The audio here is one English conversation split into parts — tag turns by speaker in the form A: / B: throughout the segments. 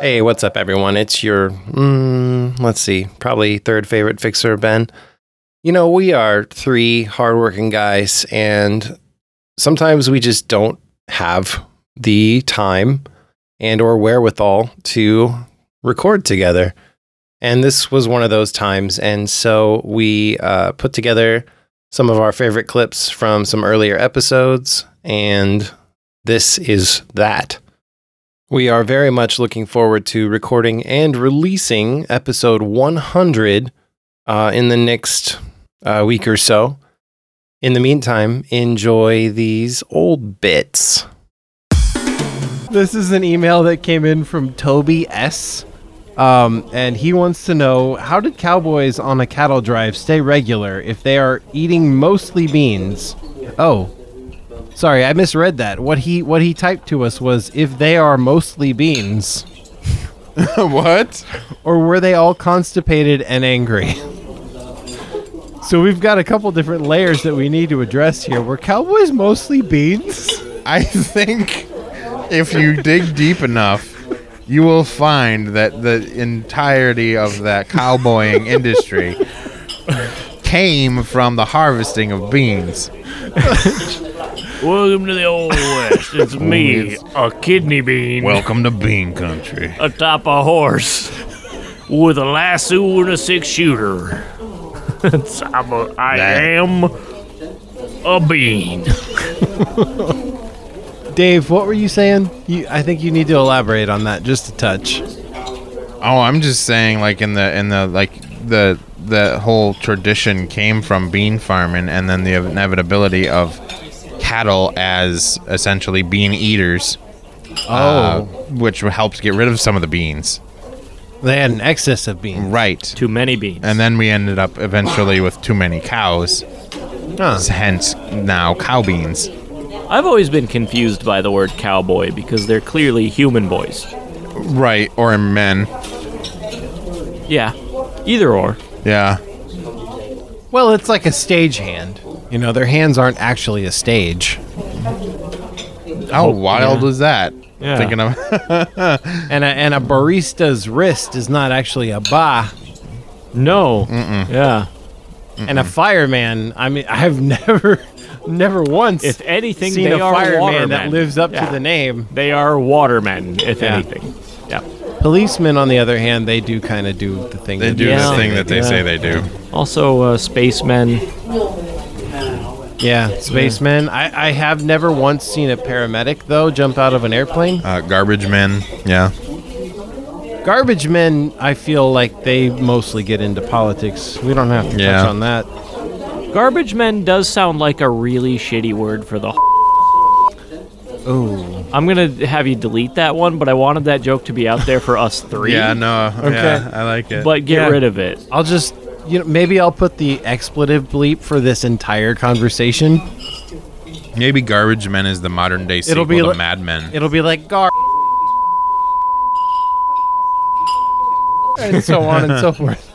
A: Hey, what's up, everyone? It's your, mm, let's see, probably third favorite fixer, Ben. You know, we are three hardworking guys, and sometimes we just don't have the time and or wherewithal to record together. And this was one of those times, and so we uh, put together some of our favorite clips from some earlier episodes, and this is that. We are very much looking forward to recording and releasing episode 100 uh, in the next uh, week or so. In the meantime, enjoy these old bits.
B: This is an email that came in from Toby S. Um, and he wants to know how did cowboys on a cattle drive stay regular if they are eating mostly beans? Oh, sorry, I misread that. What he what he typed to us was if they are mostly beans,
C: what?
B: or were they all constipated and angry? So we've got a couple different layers that we need to address here. Were cowboys mostly beans?
C: I think if you dig deep enough, you will find that the entirety of that cowboying industry came from the harvesting of beans.
D: Welcome to the Old West. It's me, a kidney bean,
C: Welcome to bean country.
D: atop a horse with a lasso and a six shooter. It's- I'm a, I
C: That-
D: am a bean.
B: Dave, what were you saying? You, I think you need to elaborate on that just a touch.
C: Oh, I'm just saying, like in the in the like the the whole tradition came from bean farming, and then the inevitability of cattle as essentially bean eaters, uh,
B: Oh,
C: which helped get rid of some of the beans.
B: they had an excess of beans.
C: Right.
D: Too many beans.
C: And then we ended up eventually with too many cows, hence now cow beans.
E: I've always been confused by the word cowboy because they're clearly human boys.
C: Right, or men.
E: Yeah, either or.
C: Yeah.
B: Well, it's like a stage hand. You know, their hands aren't actually a stage.
C: How wild is that?
E: Yeah.
C: Thinking of
B: And a, and a barista's wrist is not actually a ba.
E: No. Yeah.
B: And a fireman, I mean, I have never, never once
E: If anything,
B: seen
E: they
B: a
E: are
B: fireman
E: watermen.
B: that lives up
E: Yeah.
B: to the name.
E: They are watermen, if
B: Yeah.
E: anything. Yeah.
B: Policemen, on the other hand, they do kind of do the thing.
C: they do
E: Yeah.
C: the thing that they
E: Yeah.
C: say they do.
E: Also, uh, spacemen.
B: Yeah, spacemen. I, I have never once seen a paramedic though jump out of an airplane.
C: Uh, garbage men. Yeah.
B: Garbage men, I feel like they mostly get into politics. We don't have to
C: Yeah.
B: touch on that.
E: Garbage men does sound like a really shitty word for the.
B: Ooh.
E: I'm gonna have you delete that one, but I wanted that joke to be out there for us three.
C: Yeah, no. Okay.
B: yeah,
C: I like it.
E: But get
B: Yeah.
E: rid of it.
B: I'll just, you know, maybe I'll put the expletive bleep for this entire conversation.
C: Maybe garbage men is the modern day sequel
B: It'll be
C: to
B: li-
C: Mad Men.
B: It'll be like gar. and so on and so forth.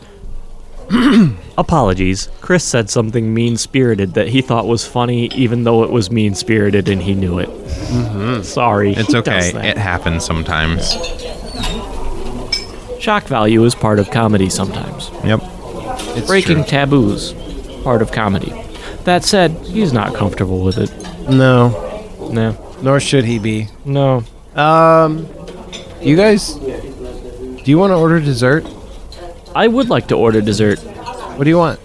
E: Apologies. Chris said something mean spirited that he thought was funny, even though it was mean spirited and he knew it. Sorry.
C: It's
E: he
C: okay.
E: does that.
C: It happens sometimes.
E: Shock value is part of comedy sometimes.
C: Yep.
B: It's
E: Breaking taboos, part of comedy. That said, he's not comfortable with it.
B: No,
E: No.
B: nor should he be.
E: No.
B: Um, you guys, do you want to order dessert?
E: I would like to order dessert.
B: What do you want?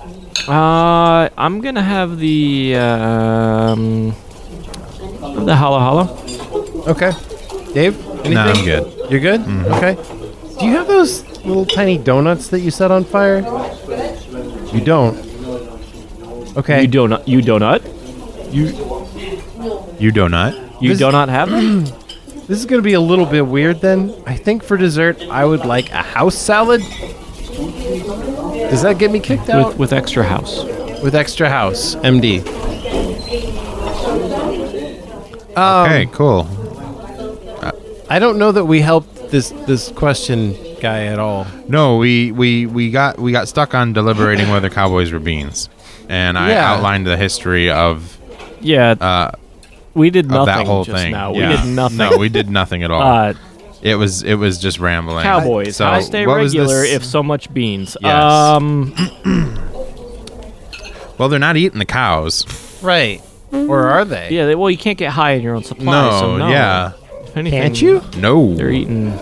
E: Uh, I'm gonna have the um, the holla holla.
B: Okay. Dave? Anything?
C: No, I'm good.
B: You're good? Okay. Do you have those little tiny donuts that you set on fire? You don't. Okay.
E: You donut. You donut.
C: You do not.
E: You
B: This-
E: donut have them?
B: This is going to be a little bit weird then. I think for dessert, I would like a house salad. Does that get me kicked out?
E: with, with extra house.
B: With, extra house, MD.
C: okay, cool.
B: I don't know that we helped this this question guy at all.
C: No, we, we we got we got stuck on deliberating whether cowboys were beans, and I
B: Yeah.
C: outlined the history of
E: Yeah.
C: uh,
E: we did
C: of
E: nothing
C: that whole
E: just
C: thing.
E: now.
C: Yeah.
E: We did nothing.
C: No, we did nothing at all.
E: uh,
C: It was it was just rambling.
E: Cowboys.
C: So
E: I stay
C: what was
E: regular
C: this?
E: if so much beans.
C: Yes.
E: Um,
C: well, they're not eating the cows.
B: Right. Or are they?
E: yeah. They, well, you can't get high in your own supply.
C: No,
E: so no.
C: yeah,
E: If anything,
B: Can't you?
C: no.
E: They're eating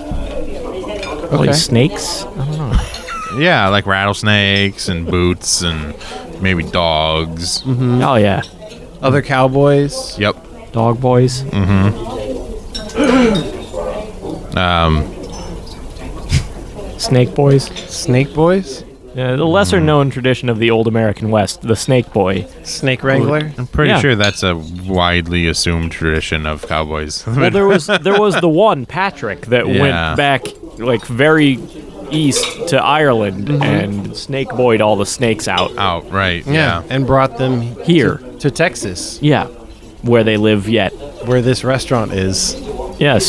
E: like snakes. I don't know.
C: Yeah, like rattlesnakes and boots and maybe dogs.
B: Hmm.
E: Oh yeah,
B: Other cowboys?
C: Yep.
E: dog boys.
C: Mm-hmm. Um,
E: Snake boys.
B: Snake boys?
E: Yeah, the lesser
C: Mm-hmm.
E: known tradition of the old American West, the snake boy.
B: Snake wrangler?
C: I'm pretty
E: Yeah.
C: sure that's a widely assumed tradition of cowboys.
E: Well, there was there was the one Patrick that
C: Yeah.
E: went back like very east to Ireland
C: Mm-hmm.
E: and snake boyed all the snakes out
C: Out, right?
B: And brought them
E: here.
B: to Texas,
E: Yeah, where they live yet.
B: where this restaurant is.
E: Yes.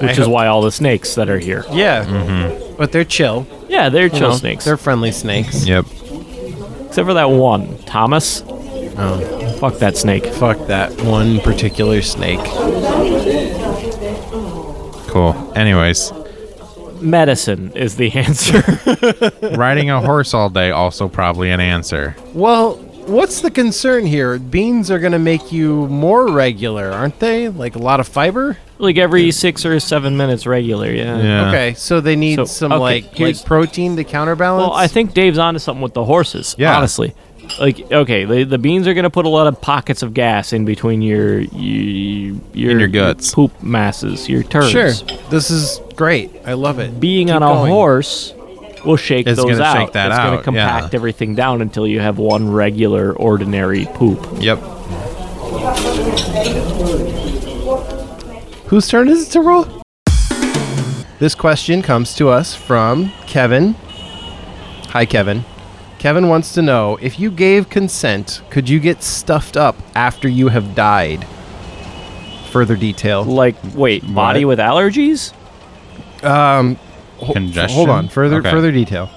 E: Which is why all the snakes that are here.
B: Yeah. But they're chill.
E: Yeah, they're Mm-hmm. chill
B: No,
C: Uh-huh.
E: snakes.
B: They're friendly snakes.
C: Yep.
E: Except for that one, Thomas.
C: Oh.
E: Fuck that snake.
B: Fuck that one particular snake.
C: Cool. Anyways,
E: Medicine is the answer.
C: riding a horse all day also probably an answer.
B: Well, what's the concern here? Beans are going to make you more regular, aren't they? Like a lot of fiber?
E: like every six or seven minutes regular, yeah.
C: Yeah.
B: Okay, so they need
E: So,
B: some
E: okay,
B: like,
E: here's-
B: like protein to counterbalance.
E: Well, I think Dave's onto something with the horses.
C: Yeah.
E: Honestly, like okay, the, the beans are gonna put a lot of pockets of gas in between your your your,
C: In your guts.
E: poop masses, your turds.
B: sure. This is great. I love it.
E: Being
B: Keep
E: on a
B: going.
E: horse will shake
C: It's
E: those
C: gonna
E: out.
C: shake that
E: it's gonna
C: out, yeah.
E: compact everything down until you have one regular, ordinary poop.
C: Yep.
B: Whose turn is it to roll? This question comes to us from Kevin. Hi, Kevin. Kevin wants to know if you gave consent, could you get stuffed up after you have died? Further detail.
E: Like, wait, body with allergies?
B: Um, ho-
C: Congestion?
B: Hold on. Further
C: Okay.
B: further detail.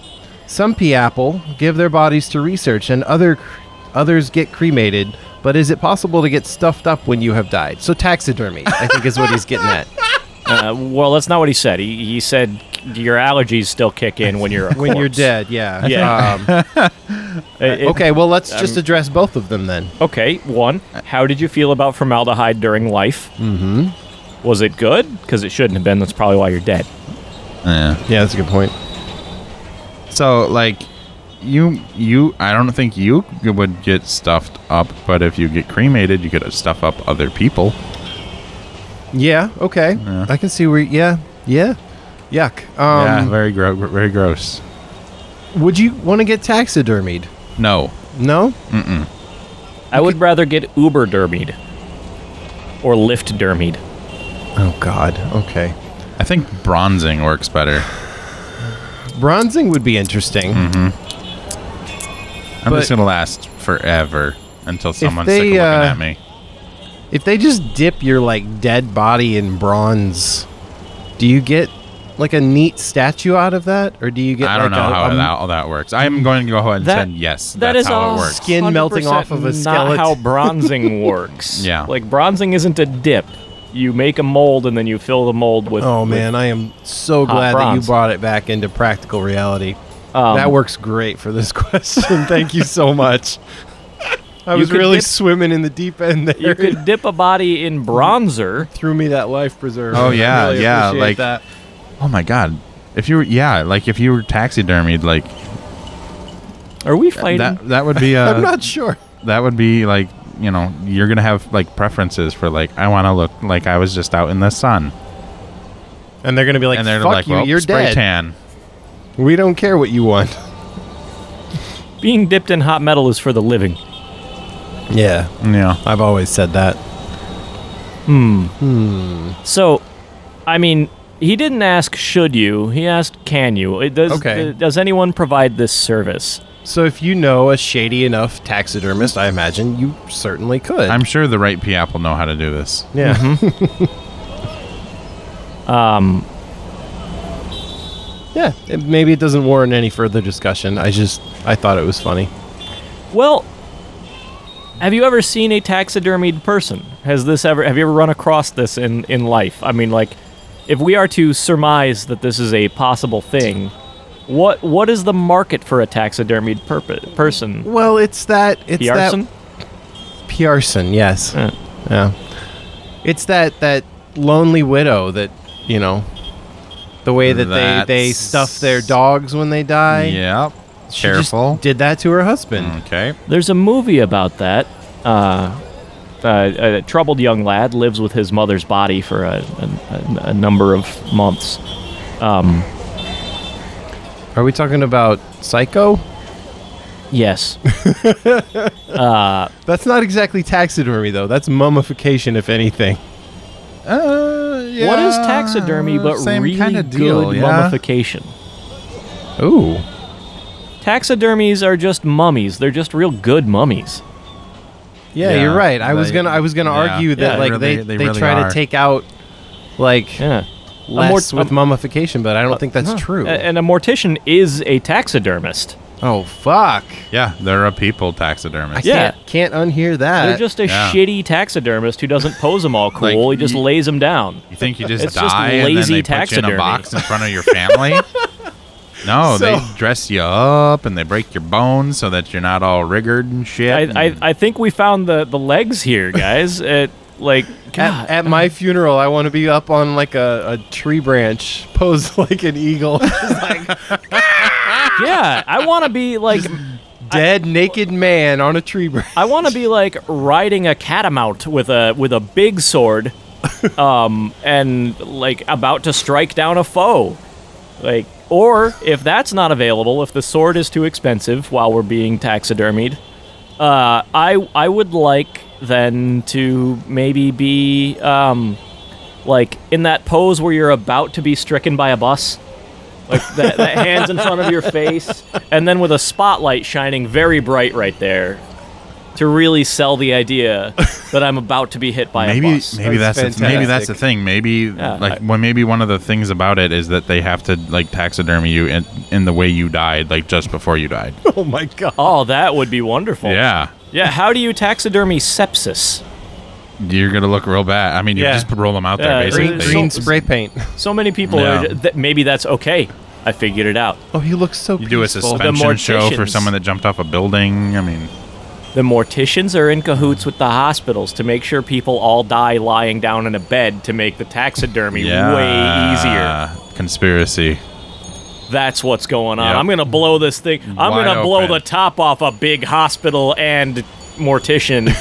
B: Some pea apple give their bodies to research, and other cr- others get cremated. But is it possible to get stuffed up when you have died? So taxidermy, I think, is what he's getting at.
E: Uh, well, that's not what he said. He, he said your allergies still kick in when you're a
B: when you're
E: corpse.
B: dead. Yeah.
E: Yeah.
B: Um,
E: It- it-
B: okay. Well, let's just address both of them then.
E: Okay, one, how did you feel about formaldehyde during life? Mm-hmm. Was it good? Because it shouldn't have been. That's probably why you're dead.
C: Yeah.
B: Yeah, that's a good point.
C: So like, you you I don't think you would get stuffed up, but if you get cremated, you could stuff up other people.
B: Yeah. Okay. I can see where. Yeah. Yeah. Yuck.
C: yeah.
B: Um,
C: Very gro- Very gross.
B: Would you want to get taxidermied?
C: No.
B: No.
E: I would rather get Uber dermied or Lyft dermied.
B: Oh God. Okay.
C: I think bronzing works better.
B: Bronzing would be interesting.
C: I'm just
B: But-
C: gonna last forever until someone's
B: they,
C: sick of looking
B: uh,
C: at me.
B: If they just dip your like dead body in bronze, do you get like a neat statue out of that, or do you get?
C: I don't
B: like, uh, um,
C: know
B: a,
C: how
B: a-
C: that, all that works. I'm going to go ahead and
E: That-
C: say yes.
E: that
C: that's
E: is
C: how
E: all
C: it works.
B: Skin melting off of a
E: 100%
B: skeleton.
E: Not how bronzing works.
C: Yeah.
E: Like bronzing isn't a dip. You make a mold and then you fill the mold with.
B: Oh man, I am so
E: Hot
B: glad that you
E: bronze.
B: brought it back into practical reality.
E: Um,
B: that works great for this question. Thank you so much. I
E: You
B: was
E: could
B: really
E: dip-
B: swimming in the deep end there.
E: You could dip a body in bronzer.
B: threw me that life preserver.
C: Oh,
B: I
C: yeah,
B: really
C: yeah,
B: appreciate
C: like-
B: that.
C: Oh my god. If you were, yeah, like if you were taxidermied, like
E: Are we fighting?
C: that, that would be uh
B: I'm not sure.
C: that would be like, you know, you're gonna have like preferences for like, I want to look like I was just out in the sun,
B: And they're gonna be like,
C: and they're
B: "Fuck
C: like,
B: you,
C: well,
B: you're
C: spray
B: dead.
C: tan.
B: We don't care what you want."
E: Being dipped in hot metal is for the living.
B: Yeah,
C: Yeah,
B: I've always said that.
E: So, I mean, he didn't ask should you. He asked can you. It does,
B: Okay.
E: uh, does anyone provide this service?
B: So if you know a shady enough taxidermist, I imagine you certainly could.
C: I'm sure the right people know how to do this.
B: yeah.
E: Um,
B: Yeah, it- maybe it doesn't warrant any further discussion. I just I thought it was funny.
E: well, Have you ever seen a taxidermied person? Has this ever have you ever run across this in in life? I mean, like if we are to surmise that this is a possible thing, what what is the market for a taxidermied perp- person?
B: Well, it's that it's
E: Yarson?
B: that Pearson, yes.
E: Uh.
B: Yeah. It's that that lonely widow that, you know, the way that
C: That's-
B: they they stuff their dogs when they die.
C: Yep.
B: She just
C: Careful.
B: did that to her husband.
C: Okay.
E: There's a movie about that. Uh, uh, a troubled young lad lives with his mother's body for a, a, a number of months.
B: Are we talking about Psycho?
E: Yes.
B: That's not exactly taxidermy though. That's mummification if anything.
C: Uh, yeah,
E: what is taxidermy but
C: same
E: really
C: kinda deal,
E: good
C: yeah?
E: mummification?
B: Ooh.
E: Taxidermies are just mummies. They're just real good mummies.
B: Yeah,
C: Yeah,
B: you're right. I was
C: they-
B: going to I was going to
C: yeah.
B: argue
E: Yeah,
B: that
E: they
B: like
C: really-
B: they
C: they
B: they,
C: really
B: try
C: are.
B: to take out like
E: Yeah. A mort-
B: less with
E: a-
B: mummification, but I don't think that's true.
E: a- and a mortician is a taxidermist.
B: oh fuck.
C: Yeah, they're a people taxidermist.
E: Yeah.
B: Can't, can't unhear that.
E: They're just a
C: yeah.
E: shitty taxidermist who doesn't pose them all
C: Like,
E: cool. he just
C: y-
E: lays them down.
C: You think you just
E: It's
C: die
E: just
C: and then
E: lazy
C: they put you in a
E: taxidermy.
C: box in front of your family? no,
B: So-
C: they dress you up and they break your bones so that you're not all riggered and shit.
E: I,
C: and-
E: I, I think we found the, the legs here, guys. It, like, God.
B: At, at my funeral, I want to be up on like a, a tree branch, posed like an eagle,
E: yeah, I want to be like,
B: dead naked man on a tree branch.
E: I want to be like riding a catamount with a with a big sword, um, and like about to strike down a foe, like. Or if that's not available, if the sword is too expensive while we're being taxidermied, uh, I I would like then to maybe be um, like in that pose where you're about to be stricken by a bus. Like that, that hands in front of your face, and then with a spotlight shining very bright right there, to really sell the idea that I'm about to be hit by
C: maybe
E: a bus.
C: maybe that's
B: That's
C: the, maybe that's the
B: fantastic.
C: thing. Maybe
E: Yeah,
C: like
E: I-
C: well, maybe one of the things about it is that they have to like taxidermy you in, in the way you died, like just before you died.
B: Oh my god!
E: Oh, that would be wonderful.
C: yeah,
E: Yeah. How do you taxidermy sepsis?
C: you're gonna look real bad. I mean, you
B: Yeah.
C: just roll them out
E: Yeah,
C: there.
E: it's-
C: Basically.
B: Green,
E: so-
B: green spray paint.
E: So many people
C: Yeah.
E: are. ju- That maybe that's okay. I figured it out.
B: Oh, he looks so.
C: you do a
B: peaceful.
C: suspension show for
E: morticians.
C: someone that jumped off a building. I mean,
E: The morticians are in cahoots with the hospitals to make sure people all die lying down in a bed to make the taxidermy way easier.
C: yeah, Conspiracy.
E: That's what's going on.
C: Yep.
E: I'm going to blow this thing. I'm
C: Wide
E: going to blow
C: open.
E: the top off a big hospital and mortician.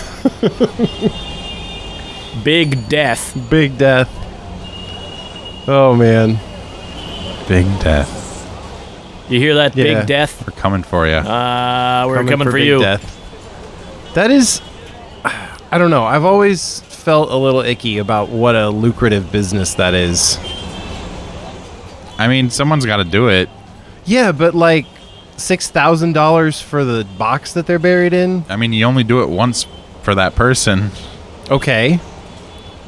E: big death.
B: Big death. Oh man!
C: Big death.
E: You hear that?
B: Yeah.
E: Big death.
C: We're coming for you.
E: Uh, we're coming, for,
B: big
E: you.
B: Death. That is, I don't know. I've always felt a little icky about what a lucrative business that is.
C: I mean, someone's got to do it.
B: Yeah, but like six thousand dollars for the box that they're buried in.
C: I mean, you only do it once for that person.
B: Okay.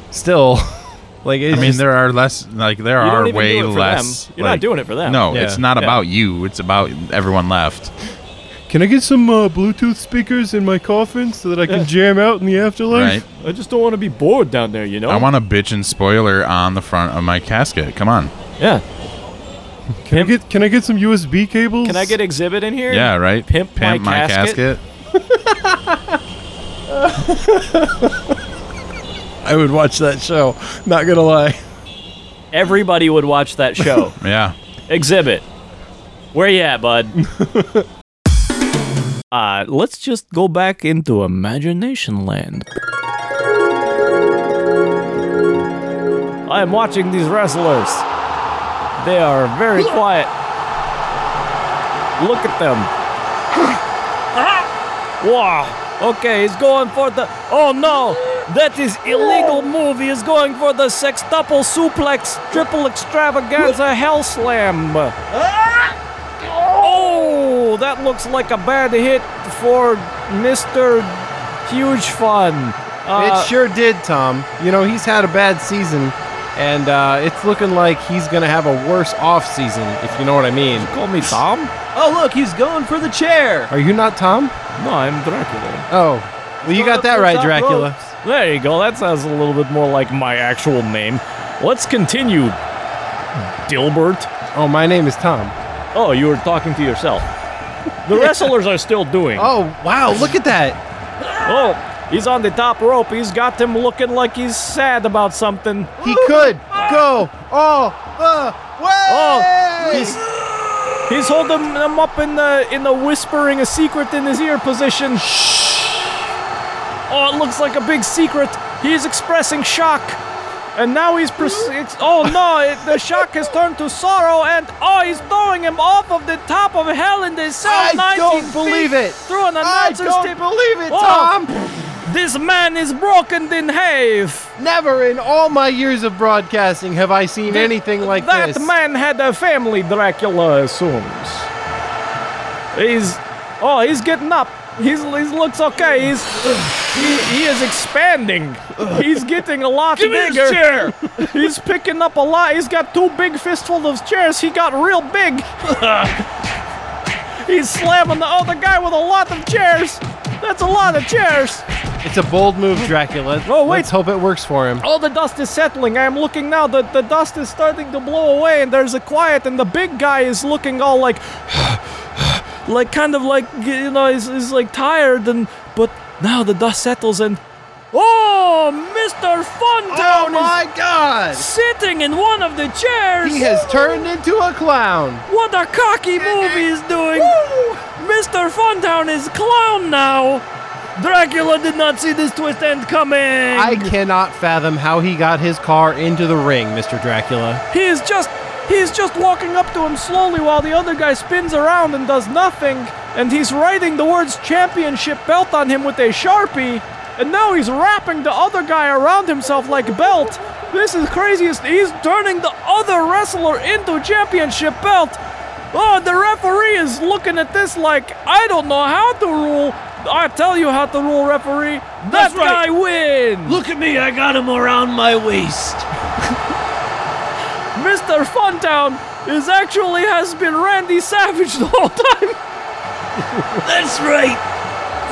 B: Still, like it's
C: I mean,
B: just-
C: there are less. Like there
E: You
C: are
E: don't even
C: way
E: do it for
C: less.
E: them. You're not
C: like-
E: doing it for them.
C: No,
B: Yeah.
C: it's not
E: Yeah.
C: about you. It's about everyone left.
B: can I get some uh, Bluetooth speakers in my coffin so that I can jam out in the
C: Right?
B: afterlife?
E: I just don't want to be bored down there, you know?
C: I want a bitch and spoiler on the front of my casket. Come on.
E: yeah.
B: Can I get can I get some USB cables?
E: Can I get exhibit in here?
C: Yeah, right.
E: Pimp my casket?
B: I would watch that show. Not gonna lie.
E: Everybody would watch that show.
C: Yeah.
E: exhibit. Where you at, bud? uh, let's just go back into imagination land. I am watching these wrestlers. They are very quiet. Look at them. wow. Okay, he's going for the. Oh no! That is illegal move. He is going for the sextuple suplex, triple extravaganza, hell slam. Oh, that looks like a bad hit for Mr. Huge Fun. Uh,
B: it sure did, Tom. You know he's had a bad season, and uh, it's looking like he's gonna have a worse off season, if you know what I mean.
E: call me Tom?
F: Oh, look, he's going for the chair.
B: Are you not Tom?
E: No, I'm Dracula.
B: Oh, Well, you got that right, Dracula.
E: There you go. That sounds a little bit more like my actual name. Let's continue, Dilbert.
B: Oh, my name is Tom.
E: Oh, you were talking to yourself. The wrestlers are still doing. Oh.
B: Oh, wow, look at that.
E: he's on the top rope. He's got them looking like he's sad about something.
B: He could go all the way.
E: Oh, he's he's holding them up in the in the whispering a secret in his ear position. Oh, it looks like a big secret. He's expressing shock. And now he's pres- it's, oh no! It, the shock has turned to sorrow, and oh, he's throwing him off of the top of hell in the cell.
B: I
E: 19
B: don't
E: feet
B: believe it.
E: Through an
B: I
E: announcer's
B: don't
E: table.
B: believe it,
E: Oh.
B: Tom.
E: This man is broken in half.
B: Never in all my years of broadcasting have I seen anything like
E: that
B: this.
E: man had a family, Dracula assumes. He's. Oh, he's getting up. He's, he looks okay. He's. He, he is expanding. He's getting a lot bigger. He's picking up a lot. He's got two big fistfuls of chairs. He got real big. he's slamming the other guy with a lot of chairs. That's a lot of chairs.
B: It's a bold move, Dracula.
E: Oh, wait.
B: Let's hope it works for him.
E: All Oh, the dust is settling. I am looking now. The, the dust is starting to blow away, and there's a quiet, and the big guy is looking all like, like kind of like, you know, is, is like tired, and but now the dust settles, and oh, Mr.
D: Oh
E: Funtown
B: Oh
E: is
B: God!
E: sitting in one of the chairs.
B: He has turned into a clown.
E: What a cocky move he's doing! Mr. Funtown is clown now. Dracula did not see this twist end coming.
B: I cannot fathom how he got his car into the ring, Mr. Dracula.
E: He is just he is just walking up to him slowly while the other guy spins around and does nothing, and he's writing the words championship belt on him with a sharpie, and now he's wrapping the other guy around himself like belt. This is craziest. He's turning the other wrestler into championship belt. Oh, the referee is looking at this like I don't know how to rule. I tell you how to rule, referee. That
D: That's right.
E: guy wins.
D: Look at me, I got him around my waist.
E: Mr. Funtown is actually has been Randy Savage the whole time.
D: That's right.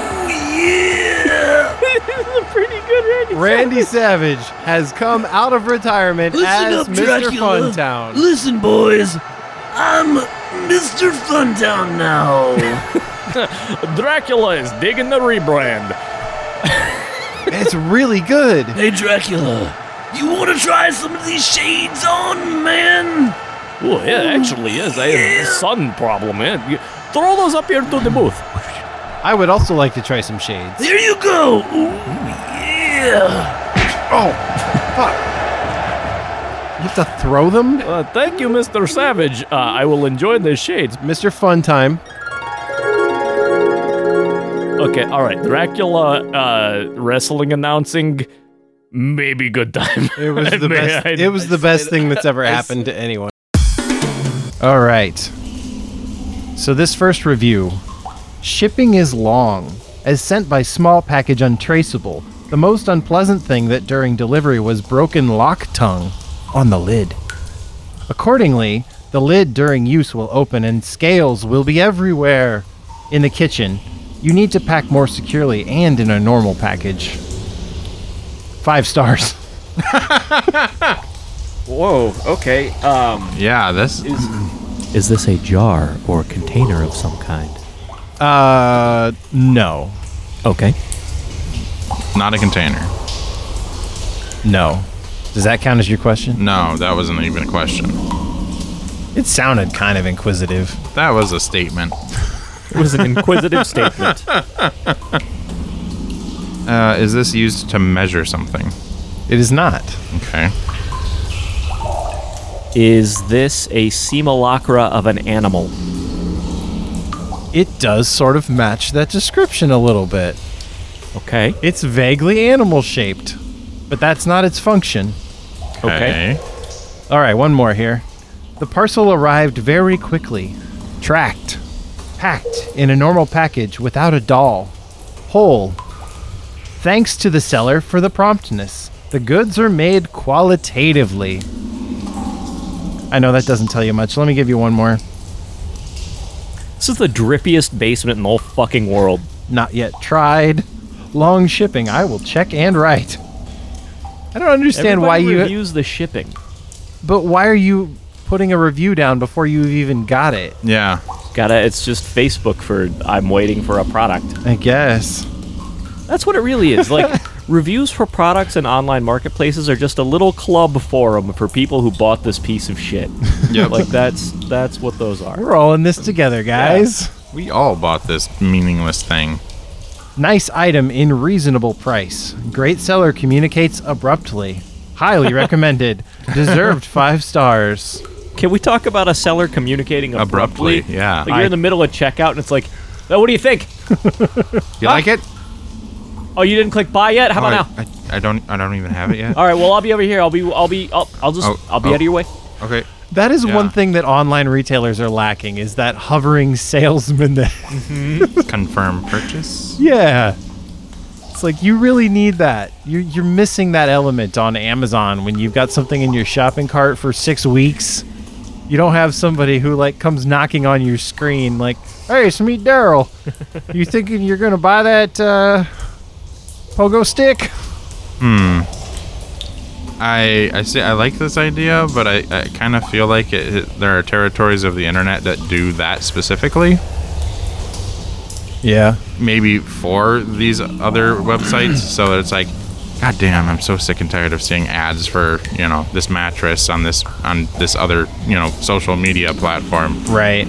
D: Oh, yeah.
E: this is a pretty good Randy.
B: Randy Savage has come out of retirement
D: Listen
B: as
D: up,
B: Mr.
D: Dracula.
B: Funtown.
D: Listen, boys. I'm Mr. Funtown now.
E: Dracula is digging the rebrand.
B: It's really good.
D: hey, Dracula. You want to try some of these shades on, man?
E: Oh, yeah, it actually is. I have a sun problem, man. You- Throw those up here to the booth.
B: I would also like to try some shades.
D: There you go. Ooh, yeah.
B: You have to throw them?
E: Uh, thank you, Mr. Savage. Uh, I will enjoy the shades.
B: Mr. Funtime.
E: Okay, all right. Dracula uh, wrestling announcing. Maybe good time.
B: It was the
E: May
B: best
E: I-
B: it was the best thing that's ever happened to anyone. All right. So this first review. Shipping is long. As sent by small package untraceable. The most unpleasant thing that during delivery was broken lock tongue on the lid. Accordingly, the lid during use will open and scales will be everywhere. In the kitchen, you need to pack more securely and in a normal package. 5 stars.
F: Whoa, okay. Um,
C: Yeah, this
G: Is this a jar or container of some kind?
B: Uh, no,
G: Okay.
C: not a container.
B: no. Does that count as your question?
C: No, that wasn't even a question.
B: It sounded kind of inquisitive.
C: That was a statement.
E: It was an inquisitive statement.
C: Uh, is this used to measure something?
B: It is not.
C: Okay.
E: Is this a simulacra of an animal?
B: It does sort of match that description a little bit.
E: Okay.
B: It's vaguely animal shaped, but that's not its function.
E: Okay.
B: All right, one more here. The parcel arrived very quickly, tracked, packed in a normal package without a doll, whole. Thanks to the seller for the promptness. The goods are made qualitatively. I know that doesn't tell you much. Let me give you one more.
E: This is the drippiest basement in the whole fucking world.
B: Not yet tried. long shipping. I will check and write. I don't understand
E: Everybody
B: why you.
E: reviews the shipping.
B: But why are you putting a review down before you've even got it?
C: Yeah.
E: Gotta. It's just Facebook for I'm waiting for a product.
B: I guess.
E: That's what it really is. Like reviews for products and online marketplaces are just a little club forum for people who bought this piece of shit. Yeah. Like that's that's what those are.
B: We're all in this together, guys.
C: We all bought this meaningless thing.
B: Nice item in reasonable price. Great seller communicates abruptly. Highly recommended. Deserved five stars.
E: Can we talk about a seller communicating abruptly?
C: Abruptly, yeah.
E: Like you're in the middle of checkout and it's like, oh, what do you think?
C: You like it? Oh,
E: Oh, you didn't click buy yet? How Ah, about now?
C: I, I, I don't I don't even have it yet.
E: All right, well, I'll be over here. I'll be, I'll be, I'll, I'll just,
C: Oh,
E: I'll be
C: oh.
E: out of your way.
C: Okay.
B: That is one
C: Yeah.
B: thing that online retailers are lacking is that hovering salesman that
C: Confirm purchase.
B: Yeah. It's like you really need that. You're you're missing that element on Amazon when you've got something in your shopping cart for six weeks. You don't have somebody who like comes knocking on your screen like, "Hey, it's me, Daryl. you thinking you're gonna buy that uh, pogo stick?"
C: I I see I like this idea, but I, I kind of feel like it, it- there are territories of the internet that do that specifically.
B: Yeah.
C: Maybe for these other websites, so it's like God damn, I'm so sick and tired of seeing ads for, you know, this mattress on this on this other, you know, social media platform.
B: Right.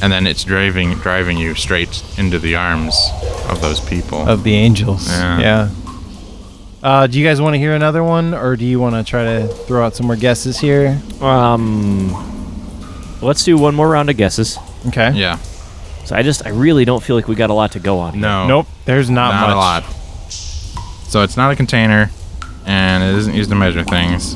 C: And then it's driving driving you straight into the arms of those people.
B: Of the angels.
C: Yeah.
B: yeah. Uh, do you guys want to hear another one, or do you want to try to throw out some more guesses here?
E: Um, let's do one more round of guesses.
B: Okay.
C: yeah.
E: So I just, I really don't feel like we got a lot to go on.
C: No.
B: Nope. There's not,
C: not
B: much.
C: a lot. So it's not a container, and it isn't used to measure things,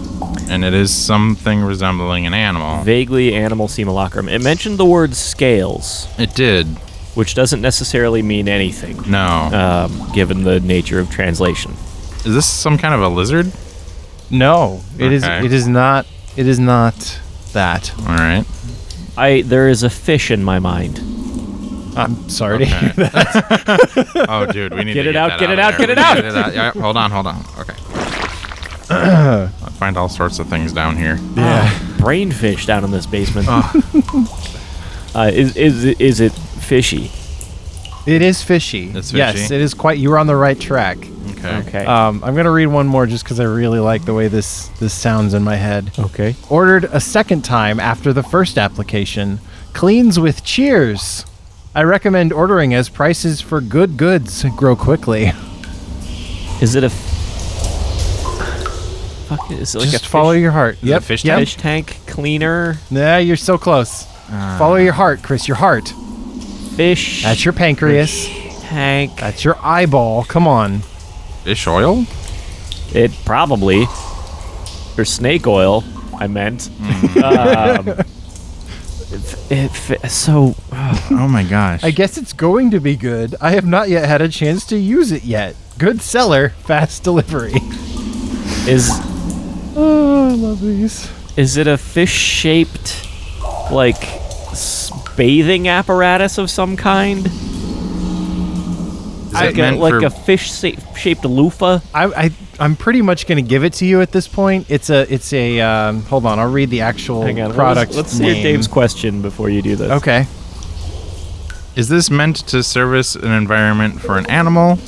C: and it is something resembling an animal.
E: Vaguely animal simulacrum. It mentioned the word scales,
C: It did.
E: which doesn't necessarily mean anything,
C: No.
E: um, given the nature of translation.
C: is this some kind of a lizard?
B: No, it is.
C: Okay.
B: It is not. It is not that.
C: All right.
E: I, there is a fish in my mind.
B: I'm sorry to hear
C: Okay. oh, dude, we need
E: Get
C: to
E: it out,
C: that
E: get it
C: of
E: out,
C: there.
E: get it
C: We
E: out.
C: need Yeah, hold on, hold on. Okay. I find all sorts of things down here.
E: Ah, brain fish down in this basement. uh, is, is is it fishy?
B: It is fishy.
C: It's
B: Yes,
C: fishy.
B: it is quite. You were on the right track.
C: Okay.
E: Okay.
B: Um, I'm gonna read one more just because I really like the way this this sounds in my head.
E: okay.
B: Ordered a second time after the first application. Cleans with cheers. I recommend ordering as prices for good goods grow quickly.
E: Is it a f- fuck? Is it like
B: just
E: a
B: follow
E: fish,
B: your heart.
C: it a fish
B: yep.
E: fish tank cleaner?
B: Yeah, you're so close.
C: Ah.
B: follow your heart, Chris. Your heart.
E: Fish
B: That's your pancreas.
E: tank.
B: That's your eyeball. Come on.
C: Fish oil?
E: It probably or snake oil. I meant.
C: Hmm.
E: um, it, it, fi- so
C: Oh my gosh.
B: I guess it's going to be good. I have not yet had a chance to use it yet. Good seller, fast delivery.
E: is
B: oh, I love these.
E: is it a fish shaped like s- bathing apparatus of some kind?
C: Is
E: Like
C: it
E: a,
C: meant
E: like
C: for-
E: a fish sa- shaped loofah.
B: I, I, I'm pretty much going to give it to you at this point. It's a, it's a. Um, hold on, I'll read the actual
E: Hang on, let's-
B: product.
E: Let's,
B: name.
E: hear Dave's question before you do this.
B: Okay.
C: Is this meant to service an environment for an animal,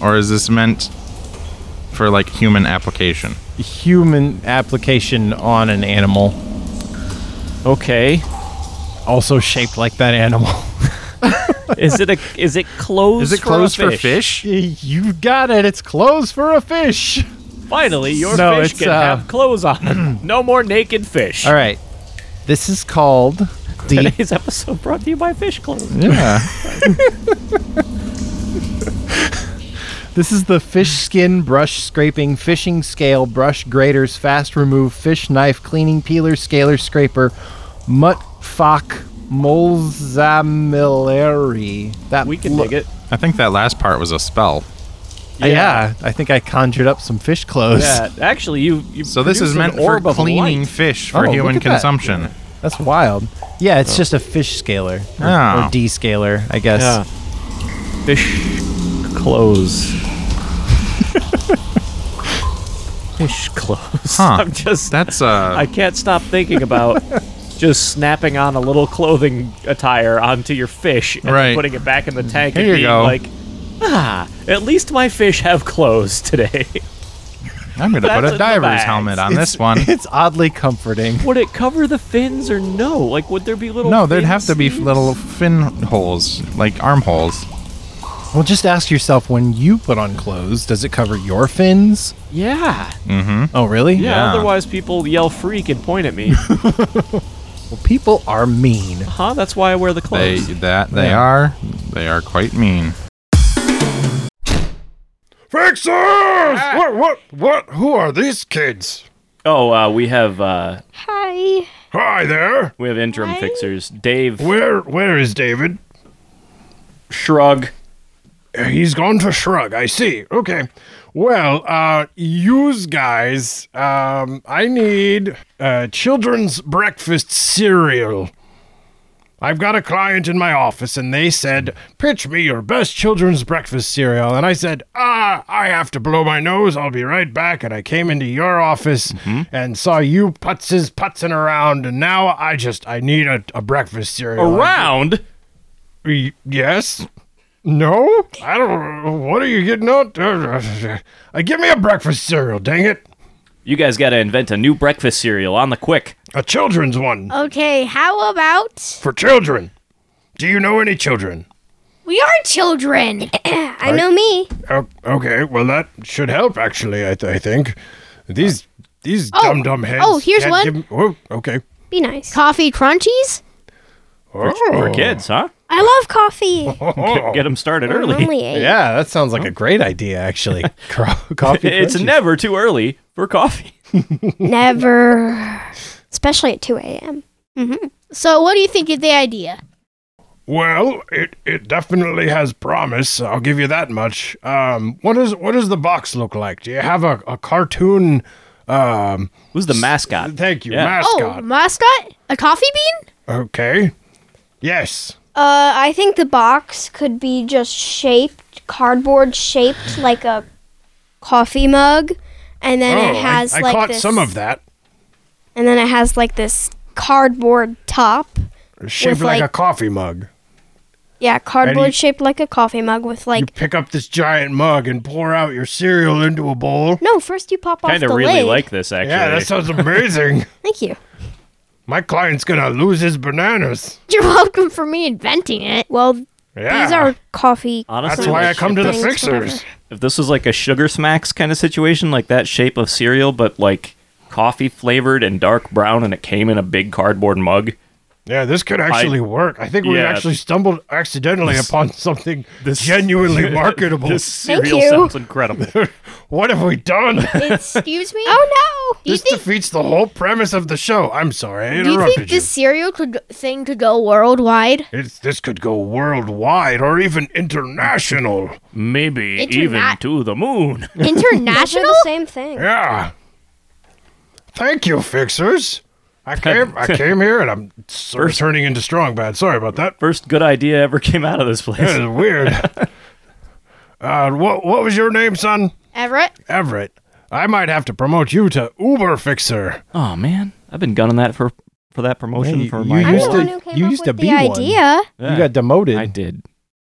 C: or is this meant for like human application?
B: Human application on an animal,
E: Okay.
B: also shaped like that animal.
E: Is it a is it clothes?
C: Is it
E: for a
C: closed for
E: fish?
C: fish?
B: you got it. It's clothes for a fish.
E: Finally, your
B: No,
E: fish
B: it's,
E: can
B: uh,
E: have clothes on. no more naked fish.
B: All right. This is called deep
E: Today's episode brought to you by Fish Clothes.
C: Yeah.
B: This is the fish skin brush scraping, fishing scale, brush graters, fast remove, fish knife, cleaning peeler, scaler, scraper, mutt fock, molzamillary. That
E: We can
B: lo-
E: dig it.
C: I think that last part was a spell.
B: Uh, Yeah. I think I conjured up some fish clothes.
E: Yeah, actually, you. you
C: So this is
E: produced
C: meant
E: an
C: for
E: orb of
C: cleaning
E: light.
C: fish for
B: Oh,
C: human
B: look at that.
C: consumption.
B: That's wild. Yeah, it's just a fish scaler or,
C: Oh.
B: or descaler, I guess.
E: Yeah. Fish clothes. Fish clothes.
C: Huh.
E: I'm just.
C: That's uh.
E: I can't stop thinking about just snapping on a little clothing attire onto your fish and then
C: Right.
E: putting it back in the tank
C: Here
E: and
C: you
E: being
C: go.
E: like, ah, at least my fish have clothes today.
C: I'm gonna
E: That's
C: put
E: in
C: a
E: the
C: diver's
E: bags.
C: helmet on
B: It's-
C: this one.
B: It's oddly comforting.
E: would it cover the fins or no? Like, would there be little?
C: No, there'd
E: fin
C: have to be
E: sleeves?
C: little fin holes, like arm holes.
B: Well, just ask yourself when you put on clothes, does it cover your fins?
E: Yeah.
B: Oh, really?
E: Yeah,
C: Yeah.
E: otherwise people yell freak and point at me.
B: Well, people are mean.
E: huh? That's why I wear the
C: They
E: clothes.
C: that they
B: Yeah.
C: are they are quite mean.
A: Fixers!
D: Ah.
A: What? What? What? Who are these kids?
F: Oh, uh, we have uh,
H: Hi.
A: Hi there.
F: we have interim
H: Hi.
F: fixers. Dave
A: Where? Where is David?
F: Shrug.
A: He's gone to shrug. I see. Okay. Well, uh, yous guys, um, I need uh, children's breakfast cereal. I've got a client in my office, and they said, "Pitch me your best children's breakfast cereal." And I said, "Ah, I have to blow my nose. I'll be right back." And I came into your office and saw you putzes putzing around, and now I just I need a, a breakfast cereal.
F: Around?
A: Y- Yes. No. I don't. What are you getting at? Uh, give me a breakfast cereal, dang it!
F: You guys got to invent a new breakfast cereal on the quick.
A: A children's one
H: Okay, how about
A: for children. Do you know any children?
H: we are children? I know me.
A: O- Oh, okay. Well, that should help. Actually, I, th- I think these these
H: Oh,
A: dum dum heads.
H: oh, here's
A: can't
H: one.
A: give me- oh, okay.
H: Be nice. Coffee crunchies?
A: Oh,
F: For kids, huh?
H: I love coffee.
A: oh.
F: Get them started
H: I'm
F: early.
H: only eight.
B: Yeah, that sounds like a great idea, actually. Co- Coffee.
F: It's
B: crunchies.
F: never too early for coffee.
H: Never. Especially at 2 a.m. hmm So, what do you think of the idea?
A: Well, it it definitely has promise. I'll give you that much. Um, what is what does the box look like? Do you have a, a cartoon? Um,
F: Who's the mascot?
A: Thank you,
F: Yeah.
H: Oh,
A: mascot.
H: mascot? A coffee bean?
A: Okay. Yes.
H: Uh, I think the box could be just shaped, cardboard shaped like a coffee mug. And then
A: Oh,
H: it
A: I-
H: has
A: I,
H: like
A: caught
H: this,
A: some of that.
H: and then it has like this cardboard top.
A: Shaped
H: with,
A: like, a
H: like-
A: coffee mug.
H: Yeah,
A: And
H: cardboard
A: you-
H: shaped like a coffee mug with
A: You
H: like.
A: pick up this giant mug and pour out your cereal into a bowl.
H: No, first you pop off
F: Kind
H: the
F: of really
H: lid.
F: like this, actually.
A: Yeah, that sounds amazing.
H: Thank you.
A: My client's gonna lose his bananas.
H: You're welcome for me inventing it. Well,
A: Yeah.
H: these are coffee.
F: Honestly,
A: That's why I
F: like,
A: come to the
H: things,
A: fixers.
F: if this was like a sugar smacks kind of situation, like that shape of cereal, but like coffee flavored and dark brown, and it came in a big cardboard mug.
A: Yeah, this could actually work. I think we
F: Yeah.
A: actually stumbled accidentally upon something genuinely marketable.
F: This
H: Thank
F: cereal
H: you.
F: sounds incredible.
A: what have we done?
H: Excuse me? Oh no! Do you
A: this
H: think
A: defeats the whole premise of the show. I'm sorry, I
H: do you
A: interrupted
H: think this cereal could thing could go worldwide?
A: It's, this could go worldwide or even international.
D: Maybe
H: Internet.
D: even to the moon.
H: International? the same thing.
A: Yeah. Thank you, fixers. I came, I came here, and I'm sort of turning into strong bad. Sorry about that.
F: First good idea ever came out of this place.
A: That is weird. Uh, what what was your name, son?
H: Everett?
A: Everett. I might have to promote you to Uber Fixer.
F: Oh man, I've been gunning that for for that promotion
B: Yeah, you-
F: for
B: you
F: my.
H: I'm
B: used
H: the
B: to-
H: one who came
B: you
H: up
B: used
H: with
B: to be
H: the
B: one.
H: idea.
B: You got demoted
F: I did.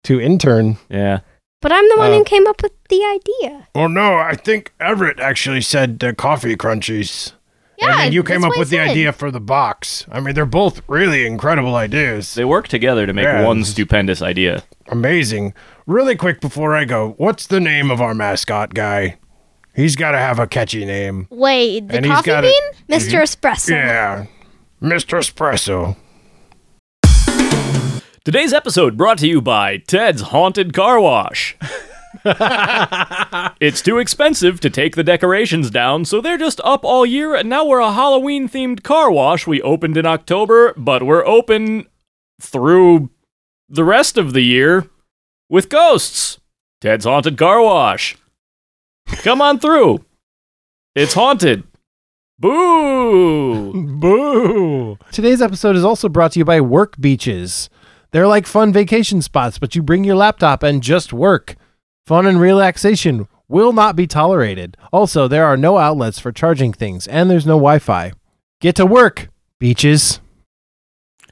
B: to intern.
F: Yeah.
H: But I'm the one
B: Oh.
H: who came up with the idea.
A: Oh no, I think Everett actually said the coffee crunchies.
H: Yeah.
A: and then you
H: that's
A: came up
H: what I
A: with the
H: said.
A: idea for the box. I mean, they're both really incredible ideas.
F: They work together to make
A: Yeah.
F: one stupendous idea.
A: Amazing. Really quick before I go, what's the name of our mascot guy? He's got to have a catchy name.
H: Wait, the
A: And he's
H: coffee
A: got
H: bean?
A: it-
H: Mr. Espresso.
A: Mm-hmm. Yeah. Mr. Espresso.
E: Today's episode brought to you by Ted's Haunted Car Wash. it's too expensive to take the decorations down, so they're just up all year, and now we're a Halloween themed car wash. We opened in October, but we're open through the rest of the year with ghosts. Ted's Haunted Car Wash. Come on through. It's haunted. Boo!
B: Boo! Today's episode is also brought to you by Work Beaches. They're like fun vacation spots, but you bring your laptop and just work. Fun and relaxation will not be tolerated. Also, there are no outlets for charging things, and there's no Wi Fi. Get to work, beaches.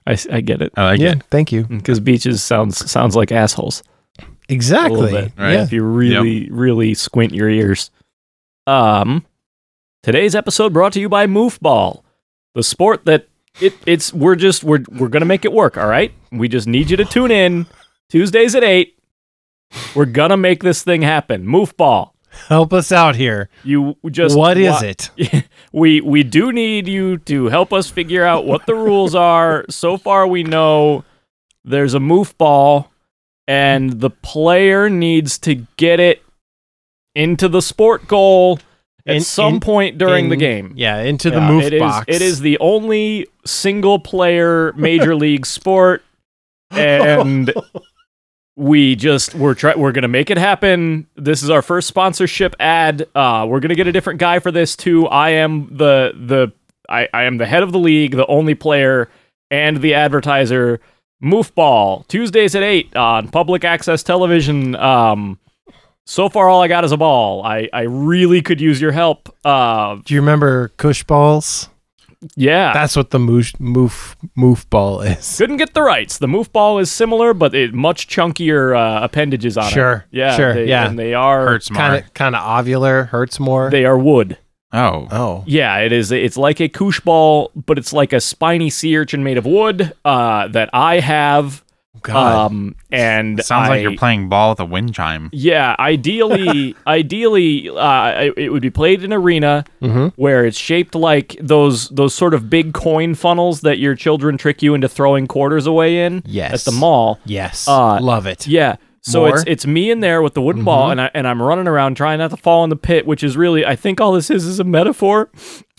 E: I, s- I get it
C: I like it.
B: thank you.
E: because beaches sounds sounds like assholes. A
B: Exactly.
E: little bit,
C: right?
B: Yeah.
E: If you really really squint your ears. Um, today's episode brought to you by Moofball, the sport that it it's we're just we're we're gonna make it work. All right, we just need you to tune in Tuesdays at eight. We're gonna make this thing happen. Moofball,
B: Help us out here.
E: you just
B: What is
E: wa-
B: it?
E: we we do need you to help us figure out what the rules are. So far, we know there's a moof ball, and the player needs to get it into the sport goal at
B: In-
E: some
B: in-
E: point during the
B: In-
E: game.
B: Yeah, into the
E: Yeah,
B: move
E: it is-
B: box.
E: it is the only single player major league sport, and we just we're try we're gonna make it happen. This is our first sponsorship ad. Uh, we're gonna get a different guy for this too. I am the the I, I am the head of the league, the only player, and the advertiser. Moofball Tuesdays at eight on public access television. Um, so far, all I got is a ball. I, I really could use your help. Uh,
B: Do you remember Cush balls?
E: yeah,
B: That's what the moosh, moof moof ball is.
E: Couldn't get the rights. The moof ball is similar, but it much chunkier uh, appendages on it.
B: Sure,
E: Yeah.
B: sure,
E: They,
B: yeah.
E: And they are
C: Hurts more.
B: Kind of kind of ovular, hurts more.
E: they are wood.
C: oh,
B: oh.
E: Yeah, it is. It's like a koosh ball, but it's like a spiny sea urchin made of wood uh, that I have.
B: God.
E: Um, and
C: sounds like
E: I-
C: you're playing ball with a wind chime.
E: Yeah, ideally, ideally, uh, it- it would be played in arena where it's shaped like those those sort of big coin funnels that your children trick you into throwing quarters away in
B: Yes.
E: at the mall.
B: yes.
E: uh,
B: Love it.
E: Yeah. So
B: More? Mm-hmm.
E: it's it's me in there with the wooden ball, and I and I'm running around trying not to fall in the pit, which is really I think all this is is a metaphor.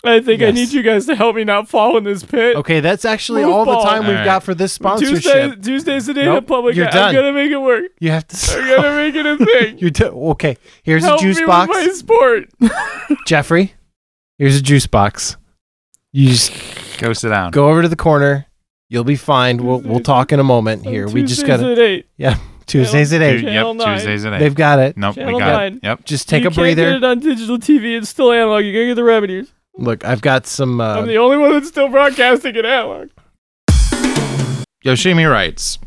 E: I think I
B: Yes.
E: need you guys to help me not fall in this pit.
B: Okay, that's actually
E: Moof
B: all
E: ball.
B: the time we've
C: All right.
B: got for this sponsorship.
E: Tuesday, Tuesdays at eight
B: Nope,
E: at public.
B: you're
E: I'm
B: done.
E: gonna make it work.
B: You have to.
E: I'm gonna make it a thing.
B: You do, okay. Here's
E: help
B: a juice
E: me
B: box,
E: with my sport.
B: Jeffrey. Here's a juice box. You just
C: Go sit down.
B: go over to the corner. You'll be fine. We'll we'll talk in a moment. Here, we just
E: Tuesdays
B: gotta.
E: at eight.
B: Yeah, Tuesdays at
C: Tu-
B: eight.
C: yep,
E: Channel nine.
C: Tuesdays at eight.
B: They've got it.
C: nope, we
E: Channel
C: got
E: nine.
C: it. Yep.
B: Just take
E: you
B: a
E: can't
B: breather.
E: Get it on digital TV. It's still analog. You gotta get the revenues.
B: Look, I've got some. Uh,
E: I'm the only one that's still broadcasting it analog.
C: Yoshimi writes,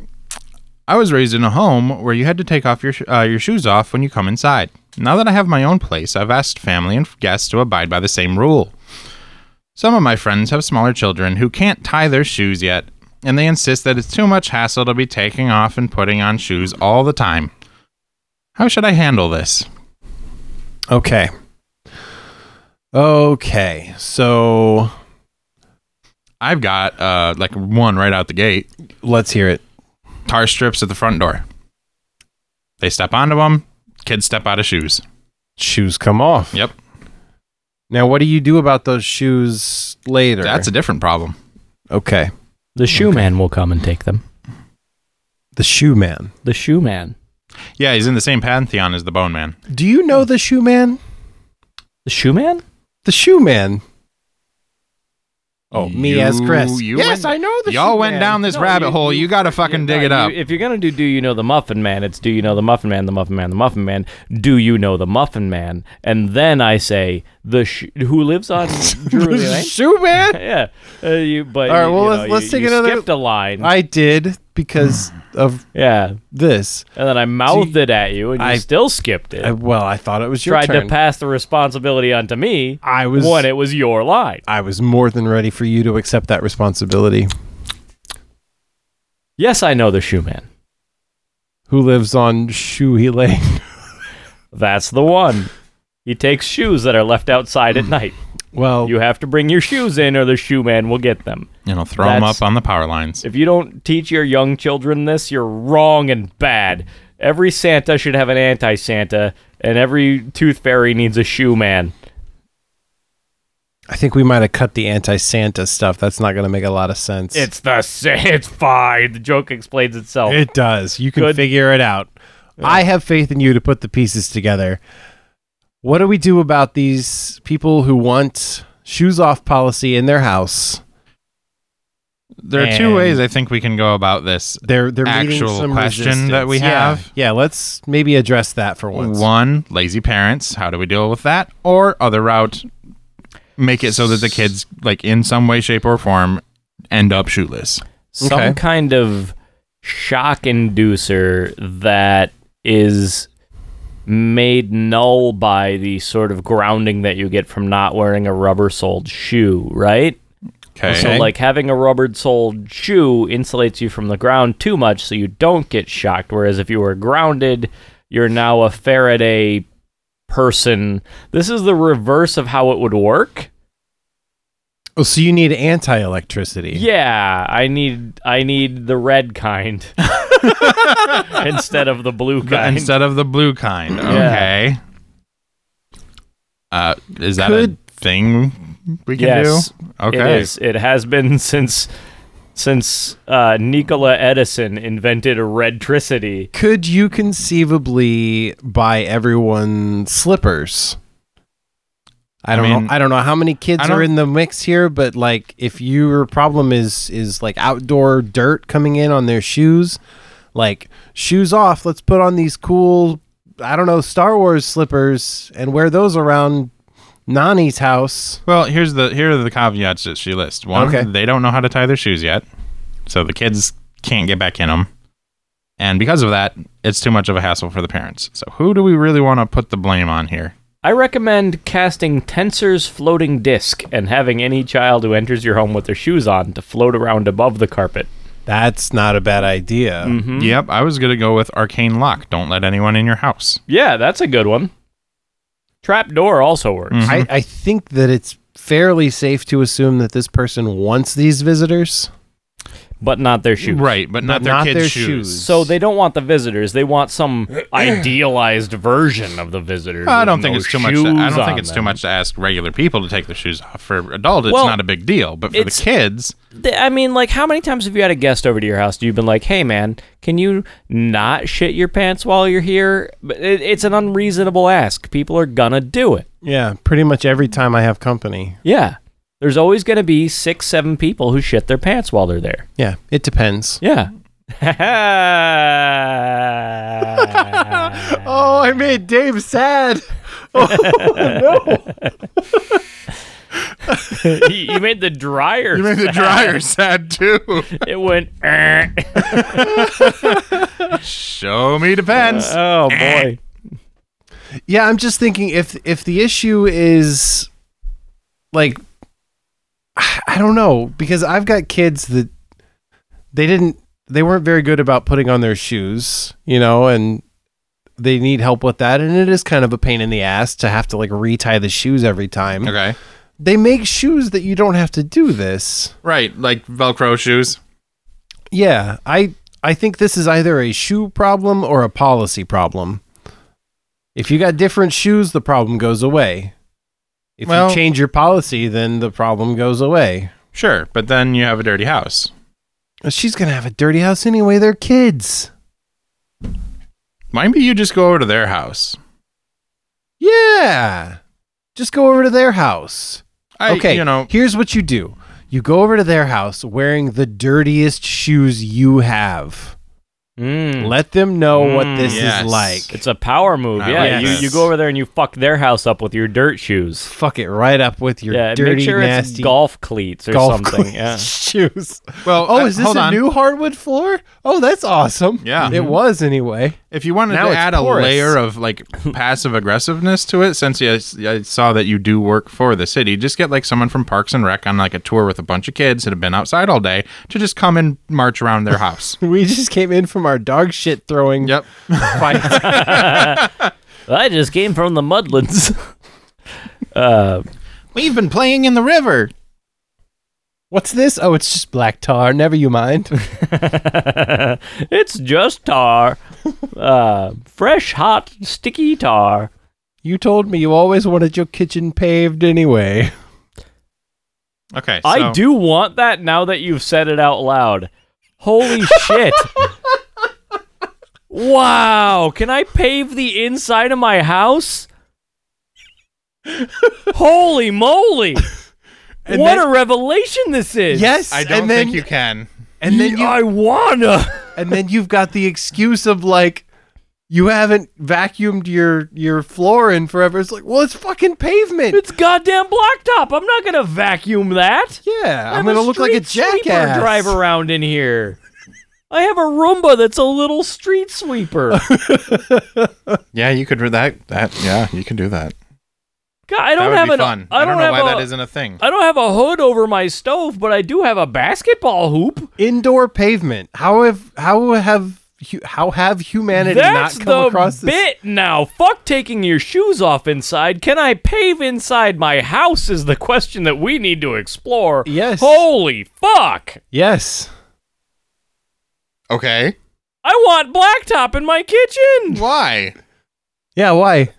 C: I was raised in a home where you had to take off your, sh- uh, your shoes off when you come inside. Now that I have my own place, I've asked family and guests to abide by the same rule. Some of my friends have smaller children who can't tie their shoes yet, and they insist that it's too much hassle to be taking off and putting on shoes all the time. How should I handle this?
B: okay. Okay, so
C: I've got uh, like one right out the gate.
B: let's hear it.
C: Tar strips at the front door. They step onto them. Kids step out of shoes.
B: Shoes come off.
C: Yep,
B: Now, what do you do about those shoes later?
C: that's a different problem.
B: okay.
F: The shoe man will come and take them.
B: The shoe man.
F: The shoe man.
C: Yeah, he's in the same pantheon as the Bone Man.
B: Do you know the shoe man?
F: The shoe man?
B: The shoe man. Oh, me as Chris.
C: you
B: yes,
C: went-
B: I know the
C: Y'all
B: shoe
C: went
B: man.
C: down this
E: No,
C: rabbit
E: you-
C: hole.
E: you-
C: You, got to fucking dig it
E: Yeah,
C: up.
E: you- if you're gonna do, do you know the Muffin Man? It's do you know the Muffin Man, the Muffin Man, the Muffin Man. Do you know the Muffin Man? And then I say the sh- who lives on Drury Lane.
B: shoe man.
E: yeah, uh, you. But
B: All right,
E: you-
B: well,
E: you
B: let's-
E: know,
B: let's
E: you-
B: take
E: you
B: another-
E: Skipped a line.
B: I did because of
E: yeah,
B: this.
E: and then I mouthed it at you, and you
B: I-
E: still skipped it.
B: I, well, I thought it was your
E: Tried
B: turn.
E: to pass the responsibility onto me
B: I was
E: when it was your line.
B: I was more than ready for you to accept that responsibility.
E: Yes, I know the shoe man.
B: Who lives on Shoehee Lane?
E: That's the one. He takes shoes that are left outside at night.
B: Well,
E: You have to bring your shoes in, or the shoe man will get them.
C: you know, throw him
E: That's-
C: up on the power lines.
E: If you don't teach your young children this, you're wrong and bad. Every Santa should have an anti Santa, and every tooth fairy needs a shoe man.
B: I think we might have cut the anti-Santa stuff. That's not going to make a lot of sense.
E: It's the sa- it's fine. The joke explains itself.
B: It does. You can
E: Oh. Good.
B: figure it out. I have faith in you to put the pieces together. What do we do about these people who want shoes off policy in their house?
C: There are two
B: And-
C: ways I think we can go about this.
B: They're they're meeting
C: actual
B: some
C: question
B: resistance.
C: that we
B: Yeah.
C: have.
B: Yeah, let's maybe address that for once.
C: One, lazy parents. How do we deal with that? Or other route, make it so that the kids, like in some way, shape, or form, end up shoeless.
E: some
B: Okay.
E: kind of shock inducer that is made null by the sort of grounding that you get from not wearing a rubber soled shoe, right?
C: Okay.
E: So like having a rubber soled shoe insulates you from the ground too much so you don't get shocked whereas if you were grounded, you're now a Faraday person. This is the reverse of how it would work.
B: Oh, so you need anti-electricity.
E: Yeah, I need I need the red kind instead of the blue
C: The-
E: kind.
C: instead of the blue kind. Okay. Uh, is that
B: Could-
C: a thing we can
E: Yes,
C: do? Okay.
E: It is. It has been since since uh, Nikola Edison invented electricity.
B: Could you conceivably buy everyone slippers? I
C: I
B: don't
C: mean-
B: know. I don't know how many kids
C: I
B: are
C: don't-
B: in the mix here, but like, if your problem is is like outdoor dirt coming in on their shoes, like shoes off. Let's put on these cool, I don't know, Star Wars slippers and wear those around Nani's house.
C: Well, here's the here are the caveats that she lists. One,
B: Okay.
C: they don't know how to tie their shoes yet, so the kids can't get back in them, and because of that, it's too much of a hassle for the parents. So who do we really want to put the blame on here?
E: I recommend casting Tensor's floating disc and having any child who enters your home with their shoes on to float around above the carpet.
B: That's not a bad
C: Oh.
B: idea.
C: Mm-hmm.
E: Hmm?
C: Yep, I was gonna go with arcane lock. Don't let anyone in your house.
E: Yeah, that's a good one. Trapdoor also works.
C: Mhm.
B: I, I think that it's fairly safe to assume that this person wants these visitors.
E: but not their shoes.
C: Right, but not
B: But
C: their
B: not
C: kids'
B: their
C: shoes.
B: shoes.
E: So they don't want the visitors. They want some idealized version of the visitors.
C: I
E: with
C: don't think
E: no
C: it's too much. To, I
E: shoes
C: don't
E: on
C: think it's too
E: them.
C: much to ask regular people to take their shoes off. For adult, it's
E: Well,
C: not a big deal, but for the
E: it's-
C: kids,
E: Th- I mean, like, how many times have you had a guest over to your house? You've been like, "Hey, man, can you not shit your pants while you're here?" But it, it's an unreasonable ask. People are gonna do it.
B: Yeah, pretty much every time I have company.
E: Yeah, there's always gonna be six, seven people who shit their pants while they're there.
B: Yeah, it depends.
E: Yeah.
B: Oh, I made Dave sad.
E: you, you made the dryer.
C: you made the dryer sad too.
E: it went. "Eh."
C: Show me the pens.
E: oh boy.
B: Yeah, I'm just thinking if if the issue is like I I don't know because I've got kids that they didn't they weren't very good about putting on their shoes, you know, and they need help with that and it is kind of a pain in the ass to have to like retie the shoes every time.
C: okay,
B: They make shoes that you don't have to do this.
C: right, like Velcro shoes.
B: Yeah, I I think this is either a shoe problem or a policy problem. If you got different shoes, the problem goes away. If
C: Well-
B: you change your policy, then the problem goes away.
C: Sure, but then you have a dirty house.
B: She's gonna have a dirty house anyway. They're kids.
C: Maybe you just go over to their house.
B: Yeah, just go over to their house.
C: I,
B: okay,
C: you know,
B: here's what you do: you go over to their house wearing the dirtiest shoes you have.
E: Mm.
B: Let them know what
E: Mm,
B: this
C: Hmm. yes.
B: is like.
E: It's a power move.
C: I
E: yeah,
C: like
E: you,
C: this.
E: you go over there and you fuck their house up with your dirt shoes.
B: Fuck it right up with your
E: yeah,
B: dirty,
E: make sure
B: nasty
E: it's golf cleats or
B: golf
E: something.
B: cleats
E: Yeah.
B: shoes.
C: well,
B: Oh,
C: uh,
B: is this
C: hold
B: a
C: on.
B: new hardwood floor? Oh, that's awesome.
C: Yeah.
E: Mm-hmm.
B: it was anyway.
C: If you wanted
B: Now
C: to
B: it's
C: add a
B: porous.
C: layer of like passive aggressiveness to it, since you, I saw that you do work for the city, just get like someone from Parks and Rec on like a tour with a bunch of kids that have been outside all day to just come and march around their house.
B: We just came in from our dog shit throwing
C: yep.
B: fight.
E: I just came from the mudlands. uh,
C: We've been playing in the river.
B: What's this? Oh, it's just black tar. Never you mind.
E: it's just tar. Uh, fresh, hot, sticky tar.
B: You told me you always wanted your kitchen paved anyway.
C: Okay.
E: I
C: so-
E: do want that now that you've said it out loud. Holy shit. Wow, can I pave the inside of my house? Holy moly.
B: And
E: what
B: then-
E: a revelation this is.
B: yes,
C: I don't
B: and then,
C: think you can.
B: And then you,
E: I wanna.
B: and then you've got the excuse of like, you haven't vacuumed your your floor in forever. It's like, well, it's fucking pavement.
E: It's goddamn blacktop. I'm not gonna vacuum that.
B: yeah, I'm,
E: I'm
B: gonna look like a
E: street sweeper
B: jackass.
E: Drive around in here. I have a Roomba that's a little street sweeper.
C: Yeah, you could re- that that yeah, you can do that.
E: God, I don't
C: that would
E: have
C: be
E: an.
C: fun.
E: I don't
C: know
E: have
C: why
E: a-
C: that isn't a thing.
E: I don't have a hood over my stove, but I do have a basketball hoop.
B: Indoor pavement. How have how have hu- how have humanity
E: That's
B: not come
E: the
B: across this?
E: bit now. Fuck taking your shoes off inside. Can I pave inside my house? Is the question that we need to explore.
B: Yes.
E: Holy fuck!
B: Yes.
C: Okay.
E: I want blacktop in my kitchen.
C: Why?
B: Yeah. Why?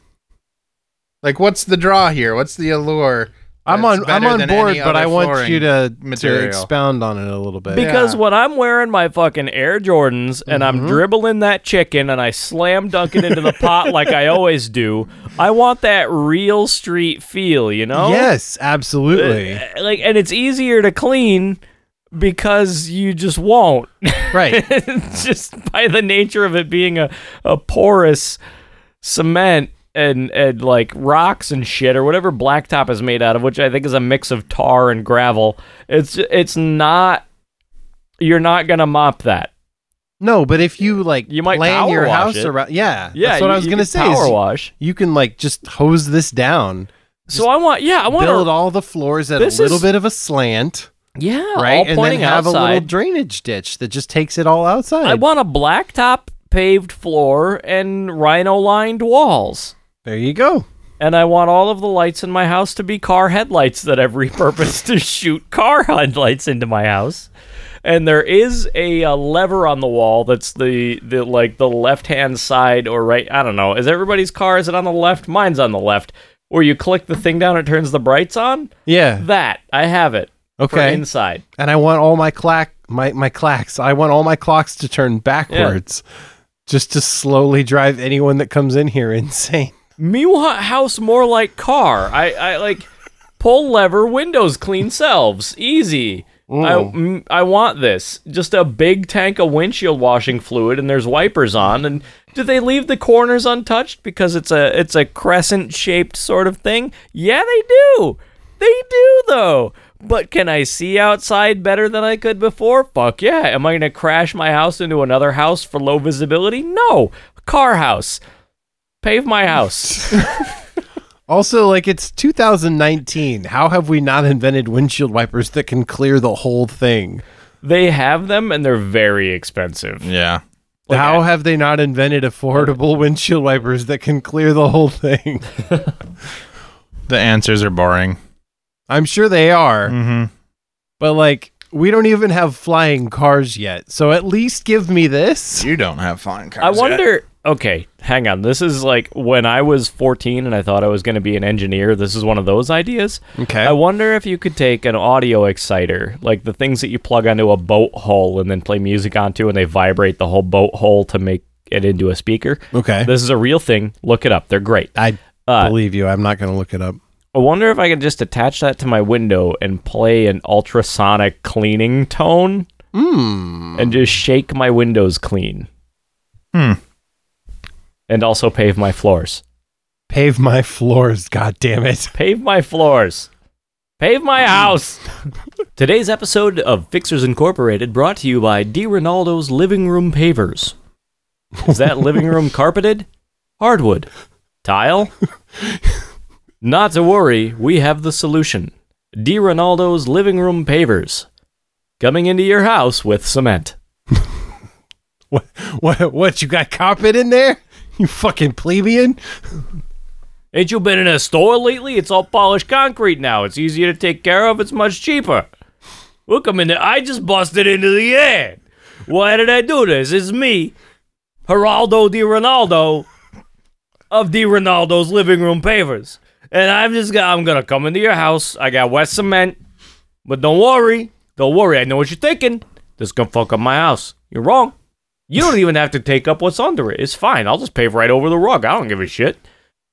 C: Like what's the draw here? What's the allure?
B: I'm
C: that's
B: on I'm
C: better
B: on
C: than
B: board,
C: any
B: but
C: other
B: I want
C: flooring
B: you to, to
C: material.
B: expound on it a little bit.
E: Because
C: Yeah.
E: when I'm wearing my fucking Air Jordans and I'm dribbling that chicken and I slam dunk it into the pot like I always do, I want that real street feel, you know? Uh,
B: Yes, absolutely.
E: Like, and it's easier to clean because you just won't.
B: right.
E: It's just by the nature of it being a, a porous cement and, and like rocks and shit or whatever blacktop is made out of, which I think is a mix of tar and gravel. It's it's not you're not gonna mop that.
B: No, but if you like
E: You might
B: plan
E: power
B: your
E: wash
B: house
E: it.
B: around Yeah.
E: Yeah,
B: That's what
E: you-
B: I was
E: you
B: gonna
E: could
B: say. is
E: Power
B: you-
E: wash.
B: You can like just hose this down.
E: So I want yeah I want
B: Build
E: to
B: all the floors at a
E: This
B: little
E: is-
B: bit of a slant,
E: yeah
B: right?
E: all
B: and then
E: pointing
B: have
E: outside.
B: a little drainage ditch that just takes it all outside.
E: I want a blacktop paved floor and rhino lined walls.
B: there you go.
E: and I want all of the lights in my house to be car headlights that I've repurposed to shoot car headlights into my house. And there is a, uh lever on the wall that's the, the like the left hand side or right. I don't know. Is everybody's car is it on the left? Mine's on the left. Where you click the thing down, it turns the brights on.
B: Yeah.
E: That I have it. for
B: Okay.
E: inside.
B: And I want all my clack my my clacks. I want all my clocks to turn backwards. Just to slowly drive anyone that comes in here insane.
E: Me want house more like car. I, I like pull lever windows clean selves easy. I, mm, I want this. Just a big tank of windshield washing fluid, and there's wipers on. And do they leave the corners untouched because it's a it's a crescent shaped sort of thing? Yeah, they do. They do though. But can I see outside better than I could before? Fuck yeah. Am I gonna crash my house into another house for low visibility? No. Car house. Pave my house.
B: Also, like it's 2019. How have we not invented windshield wipers that can clear the whole thing?
E: They have them and they're very expensive.
C: Yeah.
E: Like,
B: How
E: I-
B: have they not invented affordable windshield wipers that can clear the whole thing?
C: The answers are boring.
B: I'm sure they are,
E: Mm.
C: Mm-hmm.
B: but like we don't even have flying cars yet. So at least give me this.
C: You don't have flying cars.
E: I
C: yet.
E: wonder. Okay, hang on. This is like when I was 14 and I thought I was going to be an engineer. This is one of those ideas.
B: Okay.
E: I wonder if you could take an audio exciter, like the things that you plug onto a boat hull and then play music onto, and they vibrate the whole boat hull to make it into a speaker.
B: Okay.
E: This is a real thing. Look it up. They're great.
B: I
E: Uh,
B: believe you. I'm not going to look it up.
E: I wonder if I could just attach that to my window and play an ultrasonic cleaning tone and just shake my windows clean.
C: Hmm.
E: And also pave my floors.
B: Pave my floors, god damn it.
E: Pave my floors. Pave my house.
F: Today's episode of Fixers Incorporated brought to you by D. Ronaldo's Living Room Pavers.
E: Is that living room carpeted? Hardwood. Tile? Not to worry, we have the solution. D. Ronaldo's Living Room Pavers. Coming into your house with cement.
B: What what what you got carpet in there? You fucking plebeian?
E: Ain't you been in a store lately? It's all polished concrete now. It's easier to take care of. It's much cheaper. Look, I'm in there. I just busted into the air. Why did I do this? It's me, Geraldo Di Ronaldo of Di Ronaldo's Living Room Pavers. And I'm just gonna, I'm gonna come into your house. I got wet cement. But don't worry. Don't worry. I know what you're thinking. This is gonna fuck up my house. You're wrong. You don't even have to take up what's under it. It's fine. I'll just pave right over the rug. I don't give a shit.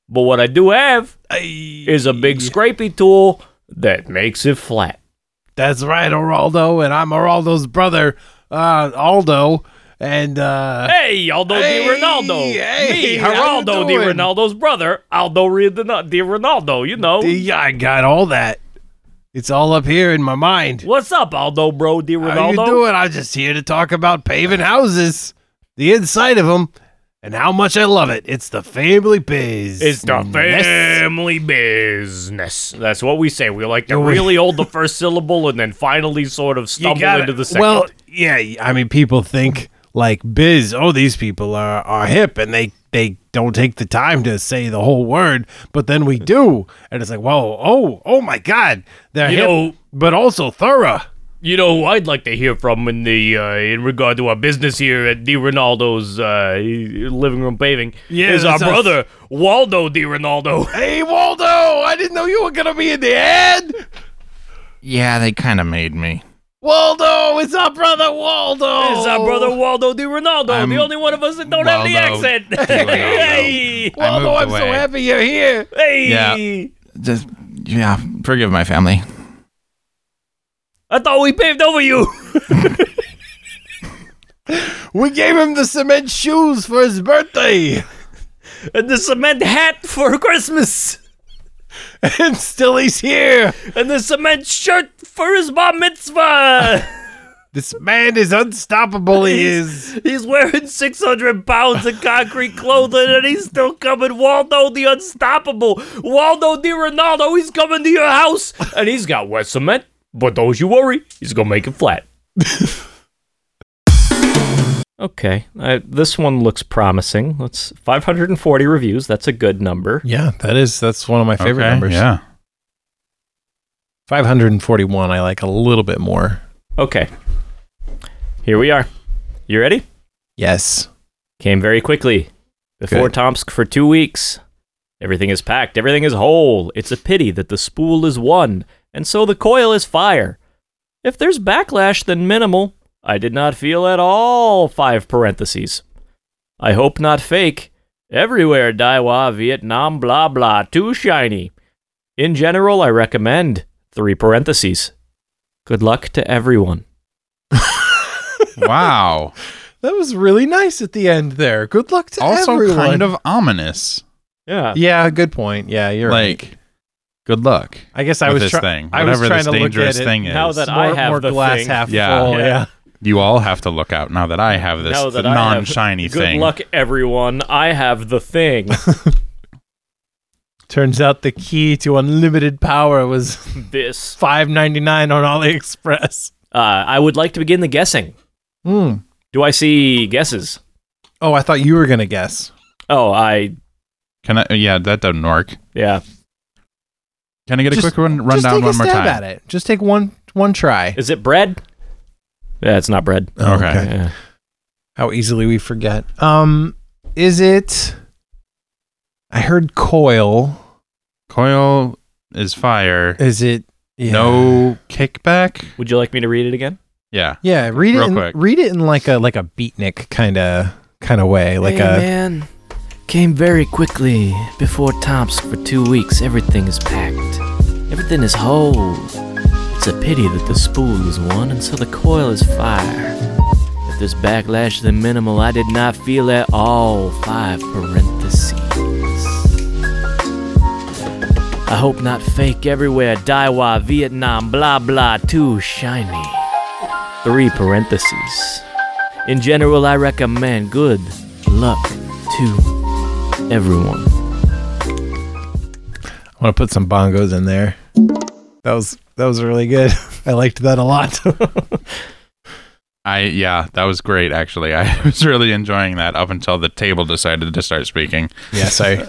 E: But what I do have is a big scrapey tool
D: that makes it flat.
B: That's right, Araldo, and I'm Araldo's brother, uh, Aldo, and uh,
D: Hey, Aldo
B: Hey,
D: Di Ronaldo.
B: hey,
D: Me,
B: how you
D: Geraldo Di
B: doing?
D: Ronaldo's brother, Aldo Re- Di Ronaldo, you know.
B: yeah, I got all that. It's all up here in my mind.
D: What's up, Aldo, bro, Di Ronaldo?
B: How you doing? I'm just here to talk about paving houses, the inside of them, and how much I love it. It's the family biz.
D: It's the
B: Yes.
D: family business. That's what we say. We like to
B: Yeah, we-
D: really hold the first syllable and then finally sort of stumble
B: gotta-
D: into the second.
B: Well, yeah, I mean, people think like biz. Oh, these people are are hip, and they they don't take the time to say the whole word. But then we do, and it's like, whoa, oh, oh my God, they're
D: You
B: hip,
D: know-
B: but also thorough.
D: you know, who I'd like to hear from in the uh, in regard to our business here at Di Ronaldo's uh, living room paving
B: Yeah,
D: is our
B: that's us.
D: brother Waldo Di Ronaldo.
B: Hey, Waldo, I didn't know you were gonna be in the ad.
C: Yeah, they kind of made me.
B: Waldo, it's our brother Waldo.
D: It's our
B: Oh.
D: brother Waldo Di Ronaldo,
C: I'm
D: the only one of us that don't have the
C: Waldo
D: accent.
C: Di Ronaldo.
D: hey,
C: I
B: Waldo,
C: moved
B: I'm so
C: away.
B: happy you're here.
D: hey.
C: Yeah. Just yeah, forgive my family.
D: I thought we paved over you.
B: We gave him the cement shoes for his birthday,
D: and the cement hat for Christmas.
B: and still he's here.
D: And the cement shirt for his bar mitzvah.
B: This man is unstoppable. He is.
D: he's wearing 600 pounds of concrete clothing and he's still coming. Waldo the Unstoppable. Waldo the Ronaldo. He's coming to your house. And he's got wet cement. But don't you worry, he's going to make it flat.
E: Okay, uh, this one looks promising. Let's 540 reviews. That's a good number.
B: Yeah, that is that's one of my favorite
C: Okay,
B: numbers.
C: Yeah.
B: 541 I like a little bit more.
E: Okay, here we are. You ready?
B: Yes.
E: Came very quickly. Before
B: Good.
E: Tomsk for two weeks. Everything is packed. Everything is whole. It's a pity that the spool is one, and so the coil is fire. If there's backlash, then minimal. I did not feel at all. Five parentheses. I hope not fake. Everywhere Daiwa, Vietnam, blah blah. Too shiny. In general, I recommend. Three parentheses. Good luck to everyone.
C: Wow.
B: That was really nice at the end there. Good luck to
C: also
B: everyone.
C: kind of ominous.
E: Yeah.
B: Yeah, good point. Yeah, you're right.
C: like good luck.
B: I guess I
C: with
B: was
C: this
B: try-
C: thing.
B: I was
C: Whatever
B: trying
C: this
B: to look
C: dangerous
B: at it
C: thing is.
E: now that I
B: more,
E: have
B: more
E: the
B: glass
E: thing.
B: half
C: Yeah.
B: full. Yeah.
E: Yeah.
C: you all have to look out now that I have this
E: Now that I have-
C: non-shiny
E: Good
C: thing.
E: luck, everyone. I have the thing.
B: Turns out the key to unlimited power was
E: this.
B: 5.99 on AliExpress.
E: Uh, I would like to begin the guessing.
B: Hmm.
E: Do I see guesses?
B: Oh, I thought you were going to guess.
E: Oh, I
C: Can I? Yeah, that doesn't work.
E: yeah.
C: Can I get a
B: Just-
C: quick run
B: Just
C: rundown
B: take
C: one
B: a
C: more
B: stab
C: time?
B: at it. Just take one one try.
E: Is it bread? Yeah, it's not bread.
C: Okay.
E: Yeah.
B: how easily we forget. Um, is it? I heard coil.
C: Coil is fire.
B: Is it? Yeah.
C: No kickback.
E: Would you like me to read it again?
C: Yeah.
B: Yeah, read it.
C: Real
B: In,
C: quick.
B: Read it in like a like a beatnik kind of kind of way, like
I: hey,
B: a
I: man came very quickly before Tomsk for two weeks. Everything is packed. Everything is whole. It's a pity that the spool is one, and so the coil is fire. If there's backlash, then minimal. I did not feel at all. Five parentheses. I hope not fake everywhere. Daiwa, Vietnam, blah blah. Too shiny. Three parentheses. In general, I recommend good luck to everyone.
B: I want to put some bongos in there. That was that was really good. I liked that a lot.
C: I yeah, that was great actually. I was really enjoying that up until the table decided to start speaking.
B: yeah, sorry.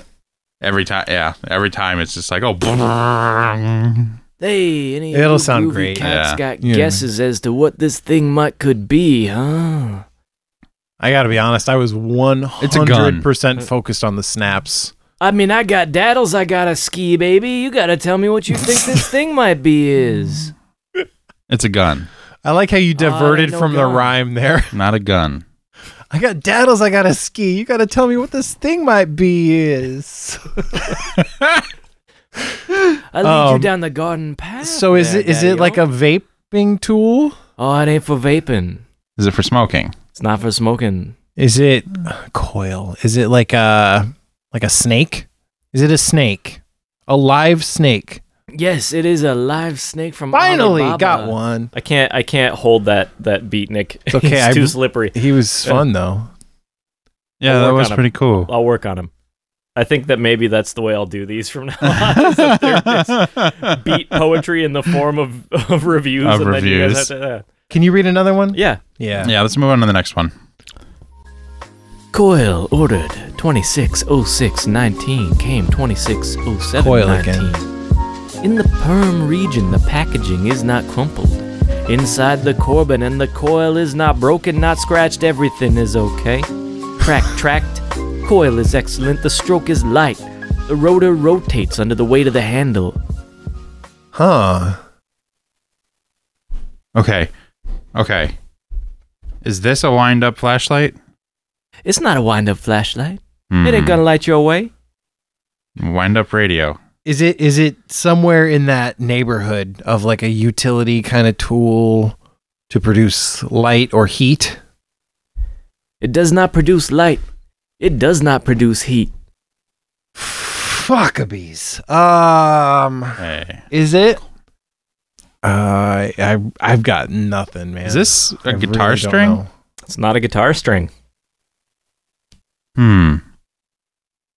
C: Every time, yeah, every time it's just like oh.
I: Hey, any of
B: It'll
I: you
B: sound
I: groovy
B: great.
I: Cats
C: Yeah.
I: got
B: Yeah.
I: guesses as to what this thing might could be, huh?
B: I got to be honest. I was one
C: a gun.
B: hundred percent focused on the snaps.
I: I mean, I got daddles, I got a ski, baby. You gotta tell me what you think this thing might be is.
C: It's a gun,
B: I like how you diverted
I: no
B: from the
I: gun.
B: rhyme there.
C: not a gun.
B: I got daddles. I got to ski. You got to tell me what this thing might be is.
E: I lead you
B: Um,
E: down the garden
J: Ah.
E: path.
B: So is it is it like a vaping tool?
E: Oh, it ain't for vaping.
C: Is it for smoking?
E: It's not for smoking.
B: Is it coil? Is it like a like a snake? Is it a snake? A live snake?
E: Yes, it is a live snake from
B: Finally
E: Alibaba.
B: got one.
J: I can't. I can't hold that that beatnik. It's
B: okay,
J: it's
B: I-
J: too slippery.
B: He was fun though.
C: Yeah,
J: I'll
C: that
J: work
C: was
J: on 'em.
C: pretty cool.
J: I'll work on him. I think that maybe that's the way I'll do these from now on. is that they're just beat poetry in the form of, of reviews,
C: Of
J: and then you guys
C: reviews.
J: have to. uh,
B: Can you read another one?
J: yeah,
B: Yeah.
C: Yeah, let's move on to the next one.
E: Coil ordered 260619 came 260719.
B: Coil again.
E: In the perm region, the packaging is not crumpled. Inside the corbin and the coil is not broken, not scratched, everything is okay. Crack tracked, coil is excellent, the stroke is light. The rotor rotates under the weight of the handle.
B: Huh.
C: Okay. Okay. Is this a wind up flashlight?
E: It's not a wind up flashlight. It
C: Hmm.
E: ain't gonna light your way.
C: Wind up radio.
B: Is it is it somewhere in that neighborhood of like a utility kind of tool to produce light or heat?
E: It does not produce light. It does not produce heat.
B: Fuckabees. Um
C: Hey.
B: is it uh I I've got nothing, man.
C: Is this a
B: I really
C: guitar
B: don't
C: string?
B: know.
J: it's not a guitar string.
C: Hmm.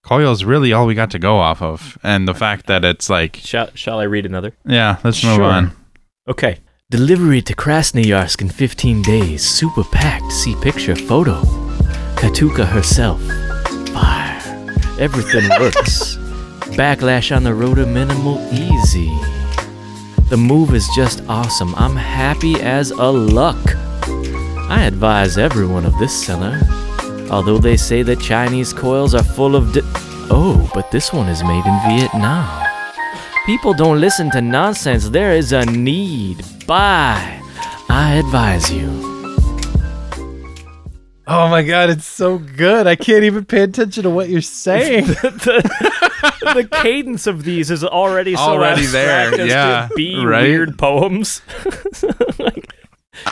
C: Coil's really all we got to go off of. And the fact that it's like,
J: Shall Shall I read another?
C: yeah, let's move
E: Sure.
C: on.
J: Okay.
E: Delivery to Krasnoyarsk in 15 days. Super packed. See picture, photo. Katuka herself. Fire. Everything works. Backlash on the rotor minimal easy. The move is just awesome. I'm happy as a luck. I advise everyone of this seller. Although they say that Chinese coils are full of. Di- oh, but this one is made in Vietnam. People don't listen to nonsense. There is a need. Buy. I advise you.
B: Oh my god, it's so good. I can't even pay attention to what you're saying.
J: the cadence of these is already so
C: Already
J: abstract
C: there,
J: as to
C: yeah,
J: be
C: right?
J: weird poems. Like,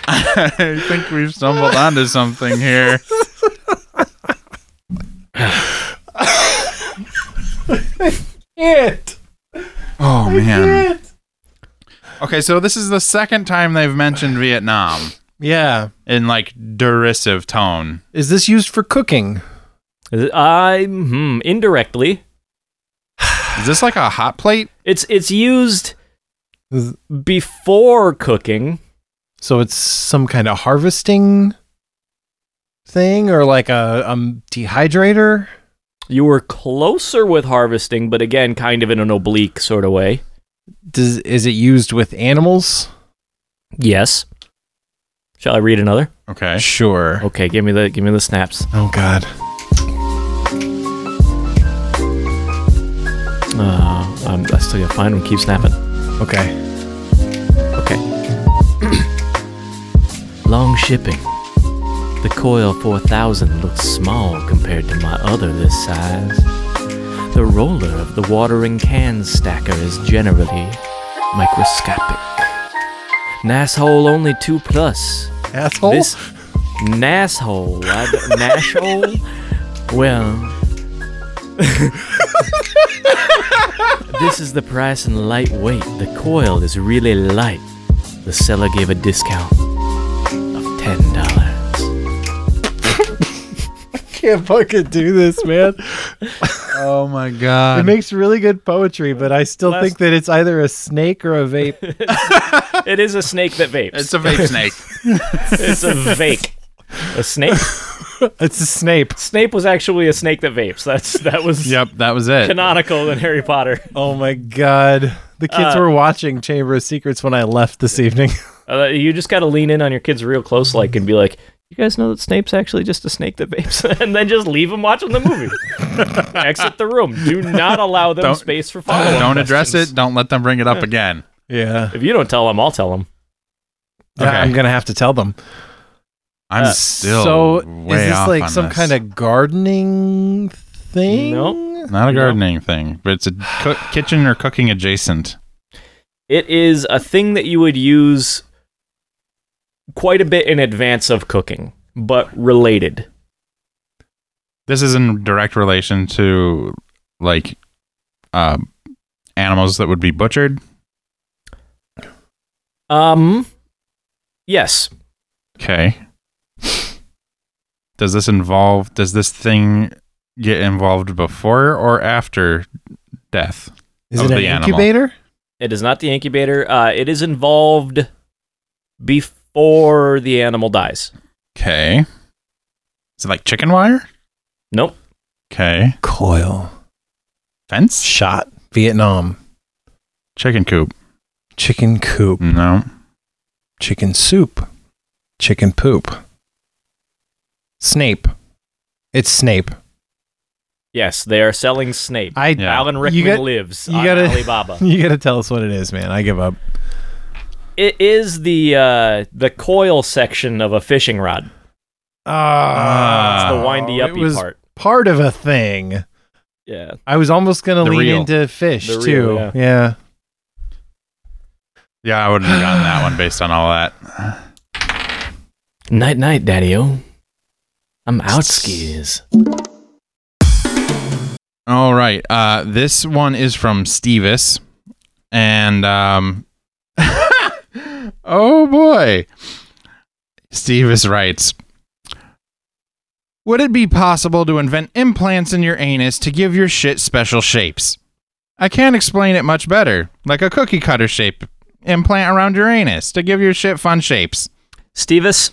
C: I think we've stumbled onto something here.
B: it.
C: Oh, man. Okay, so this is the second time they've mentioned Vietnam
B: Yeah.
C: in like derisive tone.
B: Is this used for cooking?
J: I'm hmm, indirectly.
C: Is this like a hot plate?
J: It's it's used
B: Is-
J: before cooking.
B: So it's some kind of harvesting thing or like a um, dehydrator?
J: You were closer with harvesting, but again, kind of in an oblique sort of way.
B: Does, is it used with animals?
J: Yes. Shall I read another?
C: Okay.
B: Sure.
J: Okay, give me the give me the snaps.
B: Oh god.
J: Uh, I'm, I still gotta find them. Keep snapping.
B: Okay.
E: Long shipping. The Coil 4000 looks small compared to my other this size. The roller of the watering can stacker is generally microscopic. Nasshole only 2 plus.
B: Asshole?
E: This Nasshole. I d- Nashhole? Well. this is the price and lightweight. The coil is really light. The seller gave a discount of $10.
B: can't fucking do this, man.
C: Oh my god.
B: it makes really good poetry, but I still
J: Last-
B: think that it's either a snake or a vape.
J: It is a snake that vapes.
C: it's a vape snake.
J: it's a vape. A snake.
B: it's a snape.
J: Snape was actually a snake that vapes. That's that was
C: yep, that was it.
J: canonical in Harry Potter.
B: Oh my god. The kids
J: Uh,
B: were watching Chamber of Secrets when I left this evening.
J: Uh, you just got to lean in on your kids real close, like, and be like, "You guys know that Snape's actually just a snake that vapes," and then just leave them watching the movie. Exit the room. Do not allow them
C: Don't-
J: space for follow up.
C: don't address it. Don't let them bring it up again.
B: yeah.
J: If you don't tell them, I'll tell them.
B: Yeah,
C: Okay.
B: I'm gonna have to tell them.
C: I'm
J: Uh,
C: still
B: so
C: way
B: is this
C: off
B: like
C: on
B: some
C: this.
B: kind of gardening thing?
E: Nope.
C: Not a gardening thing, but it's a cook, kitchen or cooking adjacent.
E: It is a thing that you would use quite a bit in advance of cooking, but related.
C: This is in direct relation to like uh, animals that would be butchered.
E: Um, yes.
C: Okay. Does this involve? Does this thing get involved before or after death?
B: Is
C: Of
B: it an
C: the animal.
B: incubator?
E: It is not the incubator. Uh, it is involved before the animal dies.
C: Okay. Is it like chicken wire?
E: Nope.
C: Okay.
B: Coil.
C: Fence?
B: Shot. Vietnam.
C: Chicken coop?
B: Chicken coop.
C: No.
B: Chicken soup. Chicken poop. Snape. It's Snape.
E: Yes, they are selling Snape.
B: I
C: Yeah.
E: Alan Rickman
B: You got-
E: lives
B: you
E: on
B: gotta-
E: Alibaba.
B: you gotta tell us what it is, man. I give up.
E: it is the uh, the coil section of a fishing rod.
B: Ah,
E: It's
C: Oh,
E: the windy
B: it
E: uppy
B: was
E: part.
B: Part of a thing.
E: Yeah.
B: I was almost gonna
C: The
B: lean
C: reel.
B: into fish
E: The
B: too.
E: reel, yeah.
B: yeah.
C: Yeah, I wouldn't have gotten that one based on all that.
I: Night night, Daddy O. I'm out skis.
C: All right. Uh, this one is from Stevis, and um, oh boy, Stevis writes. Would it be possible to invent implants in your anus to give your shit special shapes? I can't explain it much better. Like a cookie cutter shape implant around your anus to give your shit fun shapes.
E: Stevis,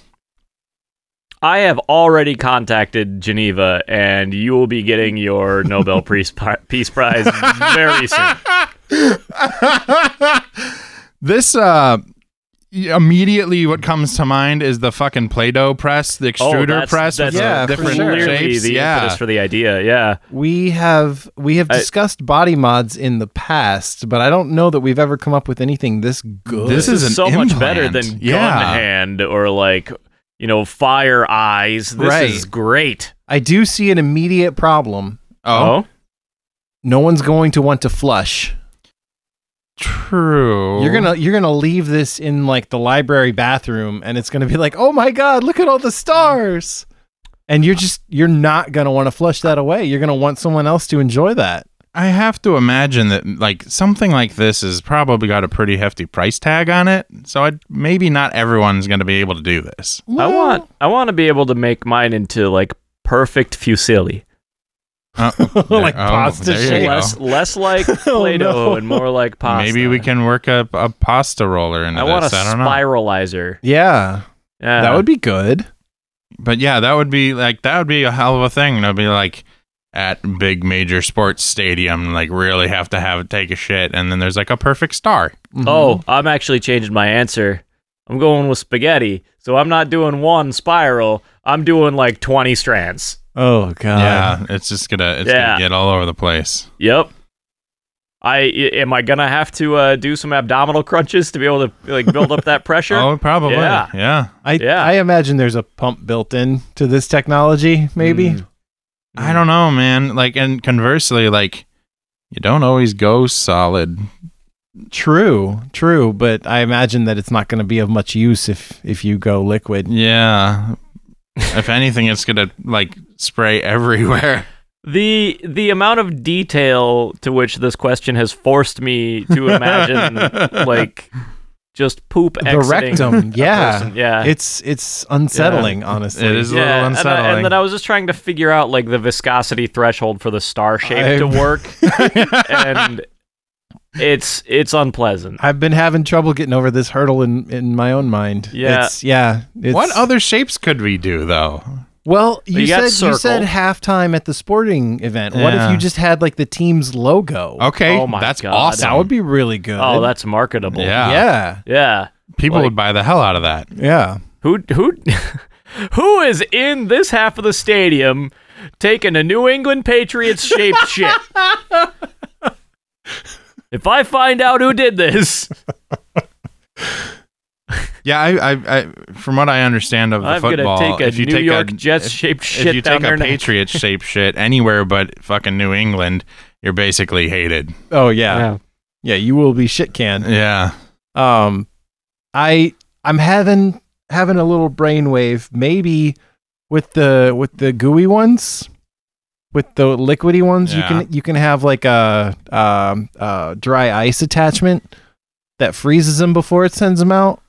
E: I have already contacted Geneva, and you will be getting your Nobel Peace, Pri- Peace Prize very soon.
C: this uh y- immediately what comes to mind is the fucking play-doh press the
E: Oh,
C: extruder
E: that's-
C: press
E: that's
C: with
B: Yeah,
C: the
B: for
C: different
B: sure.
E: clearly
C: shapes
E: the
C: yeah
E: impetus for the idea. Yeah,
B: We have we have
E: I-
B: discussed body mods in the past, but I don't know that we've ever come up with anything this good.
C: This is an
E: so much better
C: implant.
E: than gun
C: Yeah.
E: hand or like you know fire eyes. This
B: Right.
E: is great.
B: I do see an immediate problem.
C: oh,
B: No one's going to want to flush.
C: true
B: You're gonna you're gonna leave this in like the library bathroom, and it's gonna be like, oh my god, look at all the stars. And you're just you're not gonna want to flush that away. You're gonna want someone else to enjoy that.
C: i have to imagine that like something like this has probably got a pretty hefty price tag on it so i maybe not everyone's gonna be able to do this
E: I want I want to be able to make mine into like perfect fusilli.
C: Uh,
B: Like
C: there-
B: pasta
C: there you
B: shape.
C: go.
E: Less less like
B: Oh,
E: Play-Doh
B: no.
E: and more like pasta.
C: maybe we can work up a pasta roller into
E: I
C: this
E: want a
C: i don't know
E: spiralizer.
B: Yeah,
E: Yeah.
B: that would be good.
C: but yeah, that would be like that would be a hell of a thing. It'd be like at big major sports stadium, like really have to have it take a shit, and then there's like a perfect star.
E: Oh, I'm actually changing my answer. I'm going with spaghetti. So I'm not doing one spiral. I'm doing like 20 strands.
B: oh god.
C: yeah, it's just gonna it's
E: Yeah.
C: gonna get all over the place.
E: Yep. I i- am I gonna have to uh, do some abdominal crunches to be able to like build up that pressure?
C: Oh, probably.
E: Yeah.
C: Yeah.
B: I
E: Yeah.
B: I imagine there's a pump built in to this technology, maybe.
E: Mm.
C: I don't know, man. Like, and conversely, like you don't always go solid.
B: True, true, but I imagine that it's not going to be of much use if if you go liquid.
C: Yeah. if anything, it's gonna like spray everywhere.
E: The the amount of detail to which this question has forced me to imagine like just poop
B: The
E: exiting
B: rectum,
E: a
B: yeah.
E: person. yeah.
B: It's it's unsettling, honestly.
C: It is a
E: yeah,
C: little
E: and, I-
C: unsettling.
E: and then I was just trying to figure out like the viscosity threshold for the star shape to
B: I'm-
E: work, and it's it's unpleasant.
B: I've been having trouble getting over this hurdle in in my own mind.
E: Yeah.
B: it's, yeah. It's,
C: what other shapes could we do though?
B: Well, you,
E: you got
B: said you said
E: circle.
B: halftime at the sporting event. What if
C: Yeah.
B: you just had like the team's logo?
C: Okay,
E: Oh my
C: that's
E: God.
C: awesome.
B: That would be really good.
E: Oh, that's marketable.
C: yeah.
B: yeah,
E: yeah.
C: People
E: Like-
C: would buy the hell out of that.
B: yeah.
E: Who who who is in this half of the stadium taking a New England Patriots shaped shit? If I find out who did this,
C: Yeah, I, I, I from what I understand of the
E: I'm gonna
C: football,
E: take a
C: if you
E: New
C: take
E: York
C: a
E: Jets-shaped
C: if,
E: shit
C: if you
E: down
C: take
E: their
C: a
E: neck.
C: Patriots shaped shit anywhere but fucking New England, you're basically hated.
B: Oh yeah. yeah. you will be shit canned.
C: Yeah,
B: Um I I'm having having a little brainwave maybe with the with the gooey ones with the liquidy ones you
C: Yeah.
B: can you can have like a um uh dry ice attachment that freezes them before it sends them out.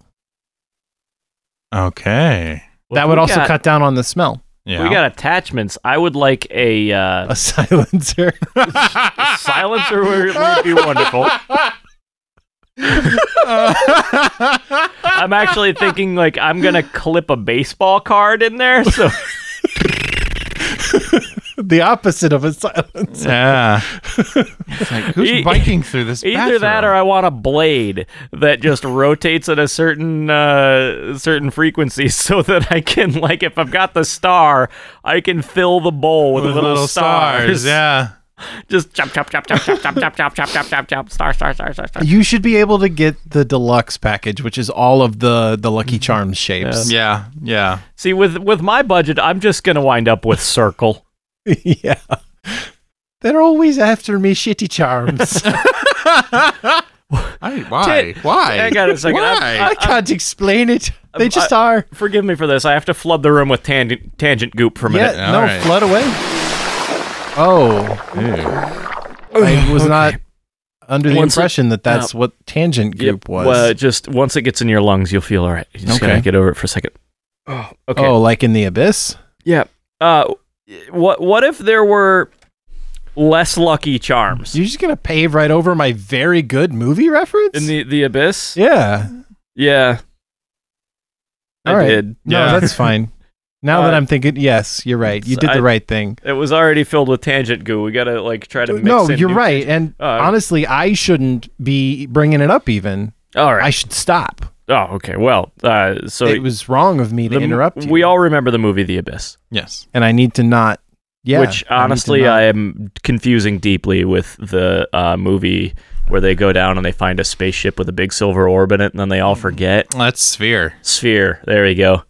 C: okay,
B: that
E: if
B: would
E: we
B: also
E: got-
B: cut down on the smell.
C: yeah.
E: We got attachments. I would like a uh,
B: A silencer.
E: silencer would would be wonderful. I'm actually thinking like I'm gonna clip a baseball card in there. So
B: the opposite of a silencer.
C: yeah. It's like, who's
E: E-
C: biking through this?
E: either that, or I want a blade that just rotates at a certain uh, certain frequency, so that I can like if I've got the star, I can fill the bowl with, little, stars.
C: Yeah.
E: just chop chop chop chop chop chop chop chop chop chop chop chop star star star star star.
B: You should be able to get the deluxe package, which is all of the the Lucky Charms shapes.
C: Yeah. Yeah.
E: See, with with my budget, I'm just gonna wind up with circle.
B: Yeah. They're always after me shitty charms.
C: I, why? Why?
E: Hang on a second.
C: Why?
E: I,
B: I
E: I, I,
B: can't explain it. They just are.
E: forgive me for this. I have to flood the room with tangent tangent goop for a minute.
B: Yeah, no,
C: alright.
B: flood away. Oh, I was not under the
E: Oh, Once it-
B: impression that that's what tangent group was.
E: Well, just once it gets in your lungs, you'll feel all right. You just gotta
C: Okay.
E: get over it for a second. Oh, okay.
B: Oh, like in the abyss?
E: Uh, what what if there were less lucky charms
B: You're just gonna pave right over my very good movie reference?
E: in the the abyss?
B: yeah.
E: Yeah. I
B: All right.
E: did.
B: No,
C: Yeah.
B: that's fine. Now that
E: Uh,
B: I'm thinking, yes, you're right. You
E: so
B: did the
E: I-
B: right thing.
E: It was already filled with tangent goo. We gotta like try to mix.
B: No,
E: in
B: you're
E: new-
B: right. And
E: Uh,
B: honestly, I shouldn't be bringing it up. Even
E: All right.
B: I should stop.
E: oh, okay. Well, uh, so
B: it was wrong of me to
E: the-
B: interrupt you.
E: We all remember the movie The Abyss,
C: yes.
B: and I need to not. Yeah,
E: which
B: I need to
E: honestly
B: not-
E: I am confusing deeply with the uh, movie where they go down and they find a spaceship with a big silver orb in it, and then they all forget.
C: That's sphere.
E: Sphere. There we go.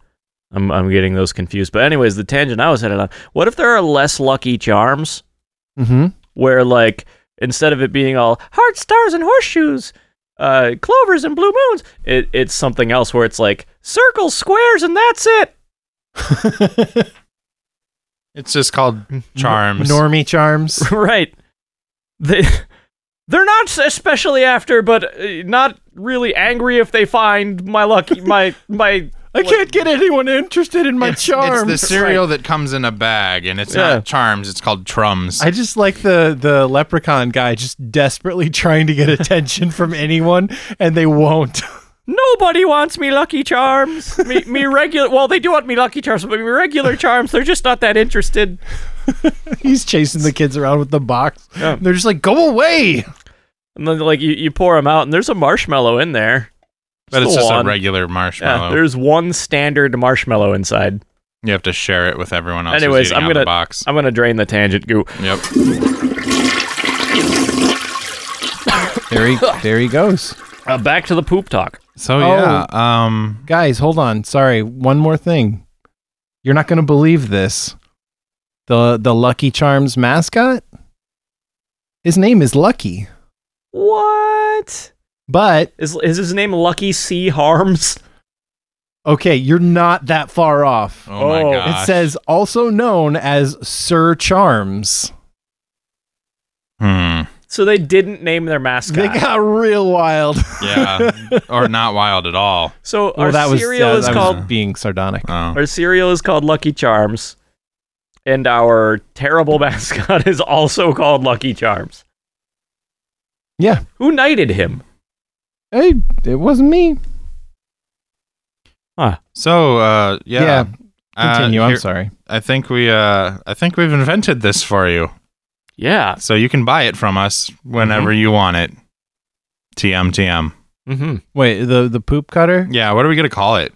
E: I'm I'm getting those confused. But anyways, the tangent I was headed on. What if there are less lucky charms
B: Mhm.
E: where like instead of it being all heart stars and horseshoes uh clovers and blue moons it, it's something else where it's like circles squares and that's it
C: It's just called charms.
B: normie charms.
E: right they they're not especially after but uh, not really angry if they find my lucky my my
B: I can't get anyone interested in my
C: it's,
B: charms.
C: It's the cereal that comes in a bag, and it's
E: Yeah.
C: not charms. It's called trums.
B: I just like the the leprechaun guy just desperately trying to get attention from anyone, and they won't.
E: nobody wants me lucky charms me me regular well they do want me lucky charms but me regular charms they're just not that interested
B: He's chasing the kids around with the box.
E: Yeah.
B: They're just like, go away.
E: and then like you, you pour them out and there's a marshmallow in there
C: but it's just
E: one.
C: a regular
E: Yeah,
C: marshmallow.
E: there's one standard marshmallow inside.
C: you have to share it with everyone else.
E: Anyways,
C: who's eating
E: I'm
C: out of
E: gonna-
C: the box.
E: I'm gonna drain the tangent goo.
C: yep.
B: There he there he goes.
E: Uh, back to the poop talk.
C: So
B: Oh.
C: yeah, um,
B: Guys, hold on. Sorry, one more thing. You're not gonna believe this. The the Lucky Charms mascot? His name is Lucky.
E: What
B: But
E: is is his name? Lucky C Harms.
B: okay, you're not that far off.
C: oh, my
E: Oh.
C: gosh.
B: It says also known as Sir Charms.
C: Hmm.
E: So they didn't name their
B: They
E: mascot.
B: got real wild.
C: Yeah, or not wild at all.
E: so
B: Well,
E: our cereal
B: yeah,
E: is
B: that was
E: called
B: being sardonic.
C: Oh.
E: our cereal is called Lucky Charms, and our terrible mascot is also called Lucky Charms.
B: Yeah.
E: Who knighted him?
B: Hey, it wasn't me.
C: So uh, yeah.
B: Yeah,
C: Uh,
B: Continue. I'm
C: here-
B: sorry.
C: I think we uh, I think we've invented this for you,
E: Yeah.
C: so you can buy it from us whenever
B: Mm-hmm.
C: you want it. TM TM.
E: Mm-hmm.
B: Wait, the the poop cutter?
C: Yeah. What are we gonna call it?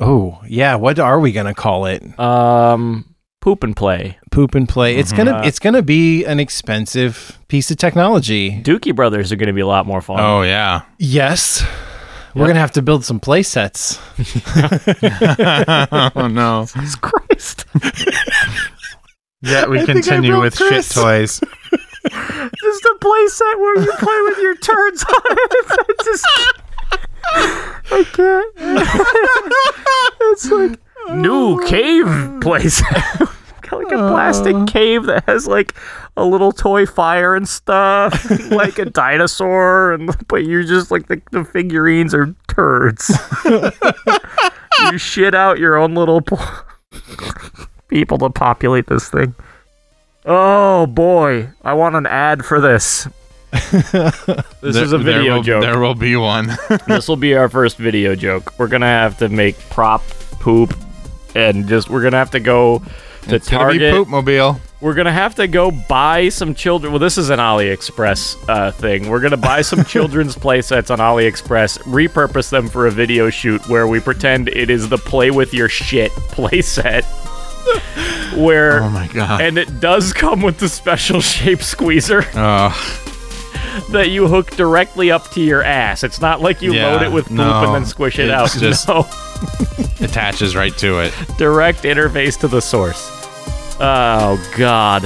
B: Oh, yeah. What are we gonna call it?
E: Um, poop and play.
B: Poop and play. It's
C: Mhm.
B: gonna it's gonna be an expensive piece of technology.
E: Oh. Dookie Brothers are going to be a lot more fun.
C: Oh yeah.
B: Yes. We're gonna have to build some play sets.
C: oh no!
B: Jesus Christ!
C: Yeah, we
B: I think I
C: continue
B: broke
C: with
B: Chris.
C: shit toys.
F: Just a playset where you play with your turds on it. I just, I can't. it's like oh. new cave place. Got like a plastic cave that has like a little toy fire and stuff, like a dinosaur, and but you're just like the, the figurines are turds. you shit out your own little po- people to populate this thing. Oh boy, I want an ad for this.
E: This
C: There-
E: is a
C: there
E: video
C: will,
E: joke.
C: There will be one.
E: this will be our first video joke. We're gonna have to make prop poop, and just we're gonna have to go to
C: it's gonna be
E: Target.
C: poop mobile.
E: We're gonna have to go buy some children. Well, this is an AliExpress uh, thing. We're gonna buy some children's play sets on AliExpress, repurpose them for a video shoot where we pretend it is the play with your shit play set. Where
C: Oh my god!
E: and it does come with the special shape squeezer
C: oh.
E: that you hook directly up to your ass. It's not like you
C: Yeah,
E: load it with poop
C: no,
E: and then squish it out.
C: it's just-
E: no.
C: attaches right to it.
E: direct interface to the source. Oh God.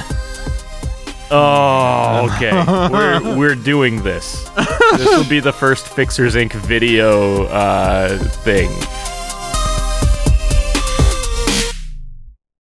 E: Oh, okay. we're we're doing this. This will be the first Fixers Inc. video uh, thing.